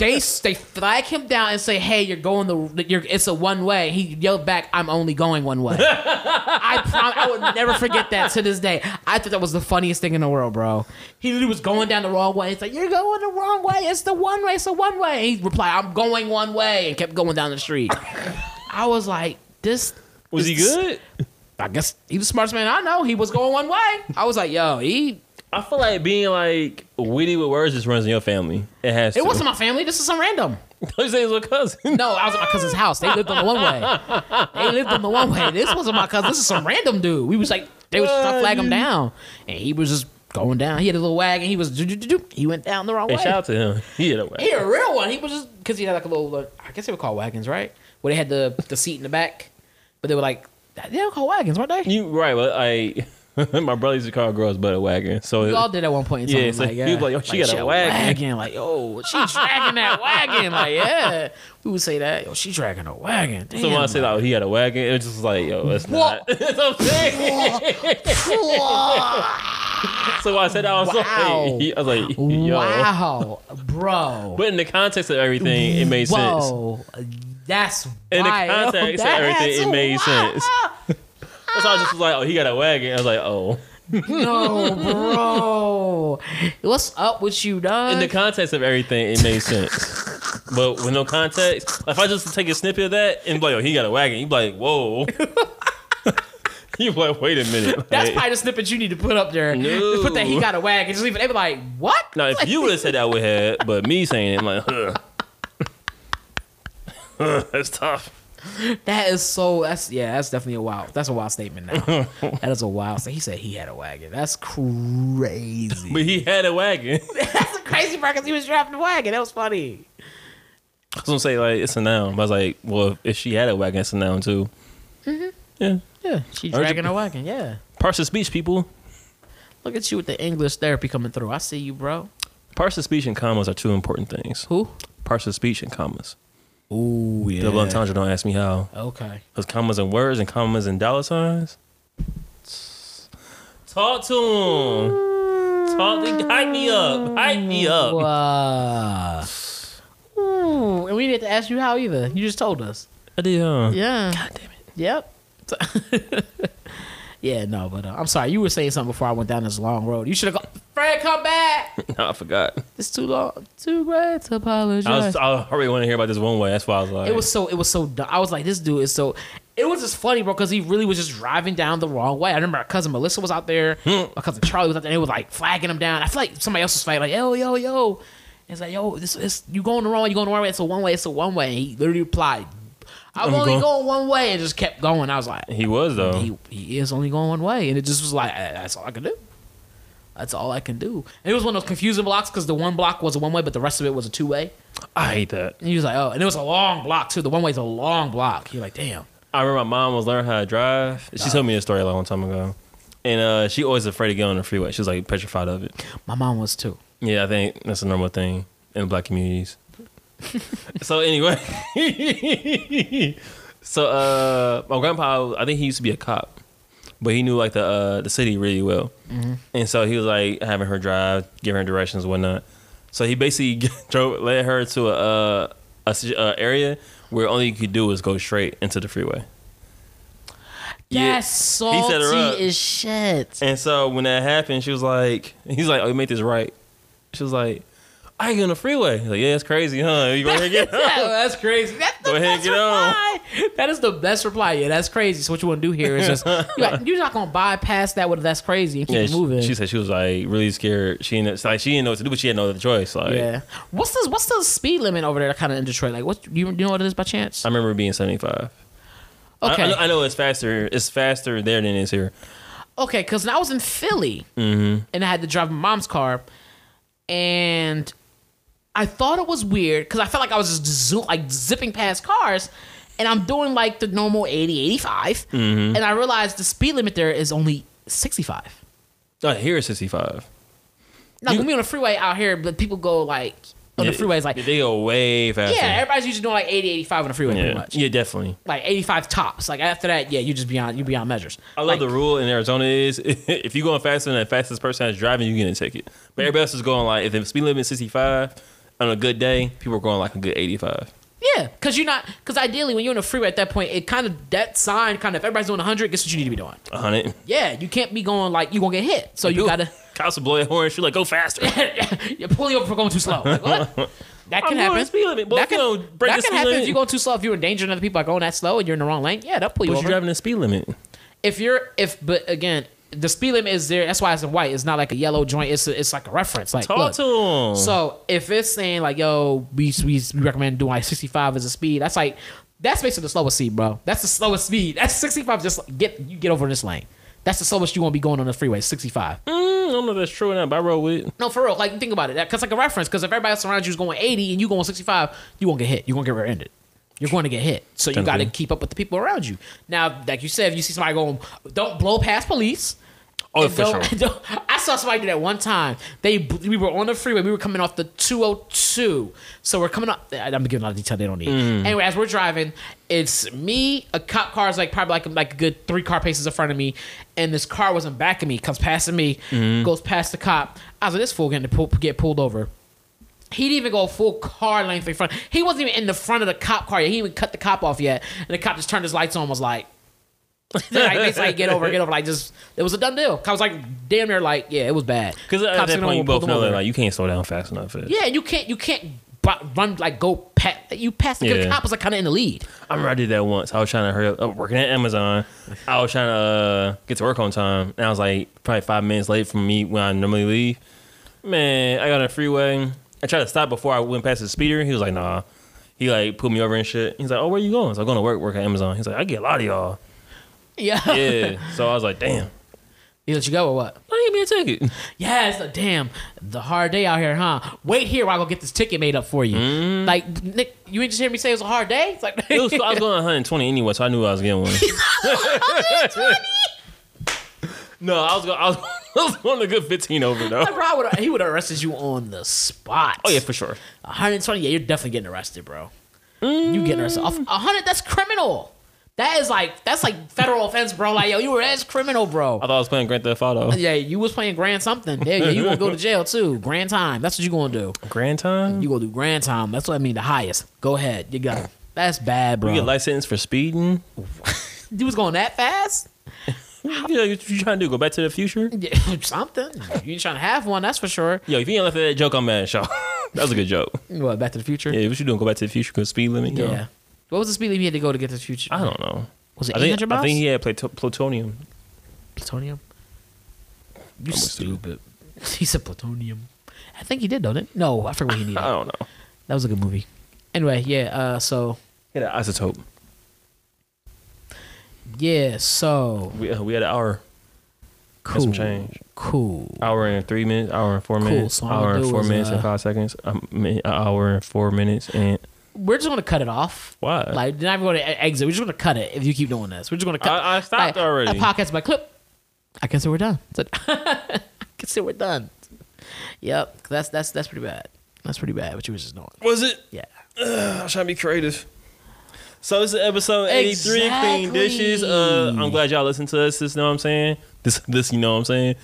S1: they they flag him down and say, "Hey, you're going the you're it's a one way." He yelled back, "I'm only going one way." I prom- I would never forget that to this day. I thought that was the funniest thing in the world, bro. He literally was going down the wrong way. It's like you're going the wrong way. It's the one way. It's the one way. And he replied, "I'm going one way," and kept going down the street. I was like, "This."
S2: Was he
S1: this-
S2: good?
S1: I guess he was the smartest man I know. He was going one way. I was like, "Yo, he."
S2: I feel like being like witty with words just runs in your family. It has.
S1: It
S2: to.
S1: wasn't my family. This is some random.
S2: You say it's your cousin.
S1: No, I was at my cousin's house. They lived on the one way. They lived on the one way. This wasn't my cousin. This is some random dude. We was like, they was trying to flag him down, and he was just going down. He had a little wagon. He was, doo-doo-doo-doo. he went down the wrong
S2: Hey,
S1: way.
S2: shout out to him. He had a
S1: He
S2: way.
S1: a real one. He was just because he had like a little. Like, I guess they would call wagons, right? Where they had the the seat in the back, but they were like, they don't call wagons, weren't they?
S2: You right? Well, I my brother used to call girls butter wagon. So
S1: We
S2: it,
S1: all did at one point in time.
S2: Yeah, so
S1: like, yeah.
S2: he was like, yo, she got a wagon.
S1: Like, yo, she dragging that wagon. Like, yeah. We would say that. Yo, she dragging a wagon. Damn,
S2: so when I said
S1: like-
S2: like, he had a wagon, it was just like yo, that's
S1: What?
S2: not. That's what I'm saying. so when I said that, I was
S1: Wow.
S2: like, I was like, yo.
S1: Wow, bro.
S2: But in the context of everything, it made sense.
S1: Whoa, that's
S2: In the
S1: wild.
S2: context of
S1: That's
S2: everything, it made
S1: wild.
S2: sense. That's why I just was like, oh, he got a wagon. I was like, oh.
S1: No, bro. What's up with you, dog?
S2: In the context of everything, it made sense. But with no context, if I just take a snippet of that and be like, oh, he got a wagon, you'd be like, whoa. you be like, wait a minute.
S1: that's
S2: Like,
S1: probably the snippet you need to put up there. Just put that he
S2: No.
S1: got a wagon. Just leave it. They be like, what?
S2: now, if you would have said that, I would have, but me saying it, I'm like, huh. Huh, That's tough.
S1: That is so. That's yeah. That's definitely a wild. That's a wild statement. Now that is a wild. So he said he had a wagon. That's crazy.
S2: But he had a wagon.
S1: that's a crazy part because he was driving a wagon. That was funny.
S2: I was gonna say like it's a noun. But I was like, well, if she had a wagon, it's a noun too.
S1: Mm-hmm.
S2: Yeah,
S1: Yeah, she
S2: Heard you-
S1: dragging a wagon. Yeah.
S2: parts of speech, people.
S1: Look at you with the English therapy coming through. I see you, bro.
S2: Parts of speech and commas are two important things.
S1: Who?
S2: Parts of speech and commas.
S1: Ooh, yeah.
S2: Double entendre. Don't ask me how.
S1: Okay.
S2: Cause commas and words and commas and dollar signs. Talk to him. Talk to hype me up. Hype me up.
S1: Wow. Ooh, Hmm, and we didn't have to ask you how either. You just told us.
S2: I did. Huh?
S1: Yeah. God damn it. Yep. yeah, no, but uh, I'm sorry. You were saying something before I went down this long road. You should have gone, Fred, come back.
S2: Nah, I forgot.
S1: It's too long. Too great to apologize.
S2: I was. I already want to hear about this one way. That's why I was like.
S1: it was so, it was so dumb. I was like, this dude is so, it was just funny, bro, because he really was just driving down the wrong way. I remember my cousin Melissa was out there, my cousin Charlie was out there, and they were like flagging him down. I feel like somebody else was flagging, like, yo, yo, yo. It's like, yo, this is you going the wrong way, you going the wrong way. It's a one way, it's a one way. And he literally replied, I'm,
S2: I'm
S1: only
S2: going-
S1: going one way, and just kept going. I was like,
S2: He was though.
S1: he, he is only going one way, and it just was like "Ah, that's all I can do. That's all I can do. And it was one of those confusing blocks because the one block was a one way, but the rest of it was a two way.
S2: I hate that.
S1: And he was like, oh, and it was a long block too. The one way is a long block. You're like, damn.
S2: I remember my mom was learning how to drive. She told me this story a long time ago, and uh, she always afraid to get on the freeway. She was like petrified of it.
S1: My mom was too.
S2: Yeah, I think that's a normal thing in black communities. so anyway, so uh, my grandpa, I think he used to be a cop, but he knew like the uh, the city really well, and so he was like having her drive, giving her directions, and whatnot. So he basically drove, led her to a, uh, a, si- uh area where only you could do was go straight into the freeway. Yeah.
S1: That's
S2: He
S1: salty
S2: set her up.
S1: as shit.
S2: And so when that happened, she was like, he's like, oh, you made this right. She was like, I ain't on the freeway. He's like, yeah, it's crazy, huh? You go ahead and get
S1: Yeah,
S2: out.
S1: that's crazy. That's the
S2: Go ahead,
S1: best
S2: get
S1: reply. That is the best reply. Yeah, that's crazy. So what you want to do here is just you're, you're not gonna bypass that with that's crazy and keep
S2: Yeah,
S1: it moving.
S2: she, she said she was like really scared. She didn't, it's like she didn't know what to do, but she had no other choice. Like,
S1: yeah. What's the what's the speed limit over there? Kind of in Detroit. Like, what you, you know what it is by chance?
S2: I remember being seventy five.
S1: Okay.
S2: I, know- I know it's faster. It's faster there than it is here.
S1: Okay, because I was in Philly
S2: Mm-hmm.
S1: and I had to drive my mom's car, and I thought it was weird because I felt like I was just zo- like zipping past cars, and I'm doing like the normal 80, 85,
S2: Mm-hmm.
S1: and I realized the speed limit there is only 65.
S2: No, here it's sixty five.
S1: Now, when we on the freeway out here, but people go like on Oh, the freeway is like,
S2: they go way faster.
S1: yeah, everybody's usually doing like 80, 85 on the freeway pretty
S2: yeah,
S1: much.
S2: yeah, definitely.
S1: Like 85 tops. Like after that, yeah, you just beyond you beyond measures.
S2: I love
S1: like,
S2: the rule in Arizona is if you're going faster than the fastest person that's driving, you get a ticket. But everybody else is going like if the speed limit is 65 on a good day, people are going like a good 85.
S1: Yeah, because you're not because ideally when you're on the freeway at that point, it kind of that sign kind of if everybody's doing 100. Guess what you need to be doing?
S2: 100.
S1: Yeah, you can't be going like you gonna get hit. So you
S2: People-
S1: gotta
S2: cops will blow your horn. She's like, go faster.
S1: you're pulling over for going too slow. Like, what? That
S2: I'm
S1: can
S2: going
S1: happen.
S2: speed limit, boy.
S1: that
S2: If you
S1: can,
S2: don't break
S1: that
S2: the
S1: can
S2: speed
S1: happen if
S2: limit-
S1: you go too slow. If you're endangering other people by going that slow and you're in the wrong lane, yeah, that'll pull you
S2: but
S1: over.
S2: you're driving the speed limit.
S1: if you're if but again, the speed limit is there. That's why it's in white. It's not like a yellow joint. It's a, it's like a reference. Like
S2: Talk
S1: look.
S2: to 'em.
S1: So if it's saying like, yo, we, we recommend doing like 65 as a speed, that's like that's basically the slowest speed, bro. That's the slowest speed. That's 65. Just like, get you get over this lane. That's the slowest you won't be going on the freeway. 65.
S2: Mm, I don't know if that's true or not, but I roll with it.
S1: No, for real. Like think about it. That- Cause like a reference. Cause if everybody else around you is going 80 and you going 65, you won't get hit. You won't get rear-ended. You're going to get hit. So you got to
S2: Technically.
S1: keep up with the people around you. Now, like you said, if you see somebody going, don't blow past police.
S2: Oh,
S1: And
S2: for
S1: don't-
S2: sure.
S1: don't- I saw somebody do that one time. They we were on the freeway. We were coming off the 202, so we're coming up. I'm giving a lot of detail they don't need.
S2: Mm.
S1: Anyway, as we're driving, it's me, a cop car is like probably like like a good three car paces in front of me, and this car was in back of me, comes past me,
S2: Mm-hmm.
S1: goes past the cop. I was like, this fool getting to pull, get pulled over. He didn't even go full car length in front. He wasn't even in the front of the cop car yet. He even cut the cop off yet, and the cop just turned his lights on. and Was like, like, basically, like, get over, get over. Like, just it was a done deal. I was like, damn near, like, yeah, it was bad.
S2: Because at
S1: Cops
S2: that
S1: didn't
S2: point, you
S1: pull
S2: both
S1: them
S2: know that
S1: over.
S2: like you can't slow down fast enough. for this.
S1: yeah, you can't, you can't bu- run like go past. You pass because the
S2: Yeah.
S1: cop was like kind of in the lead.
S2: I remember I did that once. I was trying to hurry up, uh, working at Amazon. I was trying to uh, get to work on time, and I was like probably five minutes late from me when I normally leave. Man, I got on the freeway. I tried to stop before I went past the speeder. He was like, "Nah." He like pulled me over and shit. He's like, "Oh, where you going?" So I'm going to work, work at Amazon. He's like, "I get a lot of y'all."
S1: Yeah,
S2: Yeah. so I was like, "Damn,
S1: he let you go or what?
S2: I didn't give me a ticket."
S1: Yes, damn, the hard day out here, huh? Wait here while I go get this ticket made up for you. Like Nick, you didn't just hear me say it was a hard day. It's like
S2: Mm. It was, I was going 120 anyway, so I knew I was getting one. no, I was going. I was, I was going a good 15 over though.
S1: I probably would've- he would have arrested you on the spot.
S2: Oh yeah, for sure.
S1: 120. Yeah, you're definitely getting arrested, bro. You getting arrested? A 100. That's criminal. That is like that's like federal offense, bro. Like yo, you were as criminal, bro.
S2: I thought I was playing Grand Theft Auto.
S1: Oh, Yeah, you was playing grand something. Yeah, yeah, you gonna go to jail too. Grand time. That's what you gonna do.
S2: Grand time?
S1: You gonna do grand time. That's what I mean. The highest. Go ahead. You got. it. That's bad, bro.
S2: You get life sentence for speeding?
S1: you was going that fast?
S2: Yeah, what you trying to do? Go back to the future?
S1: Yeah, something. You ain't trying to have one. That's for sure.
S2: Yo, if you ain't left that joke, I'm mad at y'all. that was a good joke.
S1: What? Back to the Future.
S2: Yeah, what you doing? Go back to the future because speed limit?
S1: Yeah.
S2: Yo.
S1: What was the speed limit he had to go to get to the future?
S2: I don't know.
S1: Was it
S2: I
S1: 800
S2: think,
S1: miles?
S2: I think he had plato- plutonium.
S1: plutonium. You
S2: stupid.
S1: stupid. He said plutonium. I think he did though. Didn't? No, I forget what he needed.
S2: I don't know.
S1: That was a good movie. Anyway, yeah. Uh, so
S2: Hit an isotope.
S1: yeah, so
S2: We, uh, we had an hour,
S1: cool,
S2: some change.
S1: cool.
S2: hour and three minutes, hour and four
S1: Cool,
S2: minutes,
S1: so what I'm
S2: hour
S1: gonna
S2: and
S1: do
S2: four
S1: is,
S2: minutes
S1: uh,
S2: and five seconds, um, min- an hour and four minutes and
S1: We're just gonna cut it off.
S2: why?
S1: Like, we're not even gonna e- exit. We're just gonna cut it if you keep doing this. We're just gonna cut.
S2: I- I stopped
S1: like,
S2: already.
S1: A podcast by clip. I can say we're done. It's like, I can say we're done. Yep, that's that's that's pretty bad. That's pretty bad. What you was just doing.
S2: was it?
S1: Yeah.
S2: I was trying to be creative. So this is episode 83, Clean Dishes. Uh, I'm glad y'all listened to this, this, you know what I'm saying? This, this, you know what I'm saying?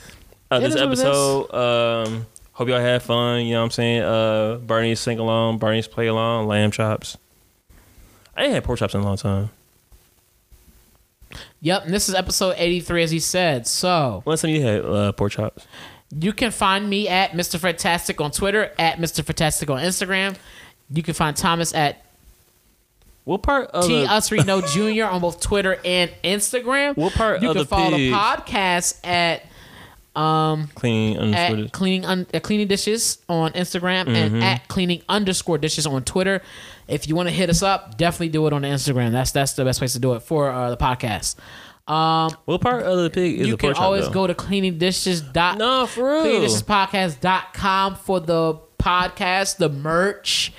S2: Uh,
S1: Yeah,
S2: this
S1: this is what it is.
S2: episode, um, hope y'all had fun, you know what I'm saying? Uh, Bernie's sing along, Bernie's play along, lamb chops. I ain't had pork chops in a long time.
S1: Yep, and this is episode 83, as he said. So
S2: When's the time you had uh, pork chops?
S1: you can find me at Mr. Fantastic on Twitter, at Mr. Fantastic on Instagram. You can find Thomas at
S2: What part of
S1: T.
S2: the-
S1: Usrino Jr. on both Twitter and Instagram.
S2: What part
S1: you
S2: of
S1: can
S2: the
S1: follow the
S2: pig?
S1: podcast at
S2: clean underscore
S1: at cleaning un- uh, cleaning dishes on Instagram
S2: Mm-hmm.
S1: and at cleaning underscore dishes on Twitter. If you want to hit us up, definitely do it on Instagram. That's that's the best place to do it for uh, the podcast. Um,
S2: What part of the pig is
S1: you
S2: the
S1: can
S2: pork chop?
S1: always
S2: though?
S1: go to cleaningdishes dot
S2: No, for real.
S1: cleaningdishespodcast.com for the podcast, the merch,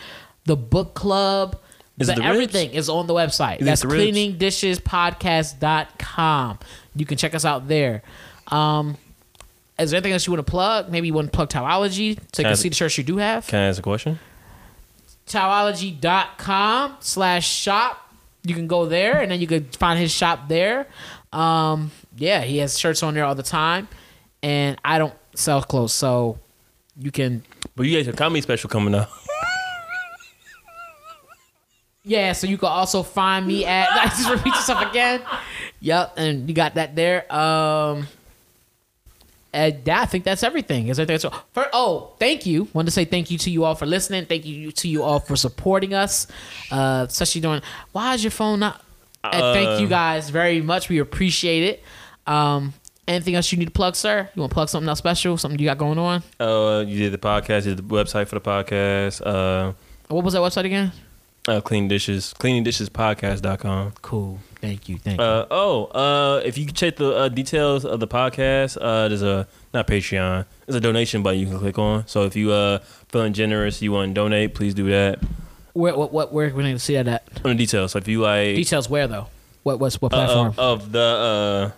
S1: the book club.
S2: Is it
S1: the-
S2: the ribs?
S1: everything is on the website.
S2: it
S1: That's
S2: the ribs?
S1: cleaningdishespodcast.com. You can check us out there. Um, is there anything else you want to plug? Maybe you want to plug Towology so you
S2: I-
S1: can see the shirts you do have.
S2: Can I ask a question?
S1: Towology.com slash shop. You can go there and then you could find his shop there. Um, yeah, he has shirts on there all the time. And I don't sell clothes, so you can
S2: But you guys have a comedy special coming up.
S1: Yeah, so you can also find me at I just repeat yourself again. Yep, and you got that there. Um and that, I think that's everything. Is everything so for oh, thank you. Wanted to say thank you to you all for listening. Thank you to you all for supporting us. Uh especially during why is your phone not and thank you guys very much. We appreciate it. Um anything else you need to plug, sir? You wanna plug something else special, something you got going on?
S2: Uh, you did the podcast, you did the website for the podcast, uh,
S1: What was that website again?
S2: uh clean dishes, cleaning dishes podcast.com.
S1: Cool. Thank you. Thank you.
S2: Uh, oh, uh, if you check the uh, details of the podcast, uh, there's a not Patreon, there's a donation button you can click on. So if you uh feeling generous, you want to donate, please do that
S1: Where what what where we need to see that at?
S2: on the details. So if you like
S1: Details where though? What what's what
S2: uh,
S1: platform?
S2: of, of the uh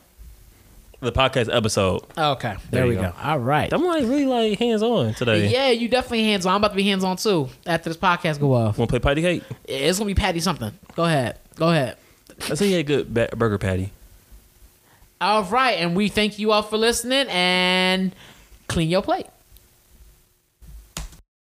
S2: the podcast episode,
S1: Oh, okay, there,
S2: there
S1: we
S2: you
S1: go.
S2: go.
S1: All right.
S2: I'm like really like hands on today.
S1: Yeah, you definitely hands on. I'm about to be hands on too after this podcast go off.
S2: Want to play patty cake?
S1: It's gonna be Patty something. Go ahead. Go ahead.
S2: I say he had good ba- burger patty.
S1: All right, and we thank you all for listening and clean your plate.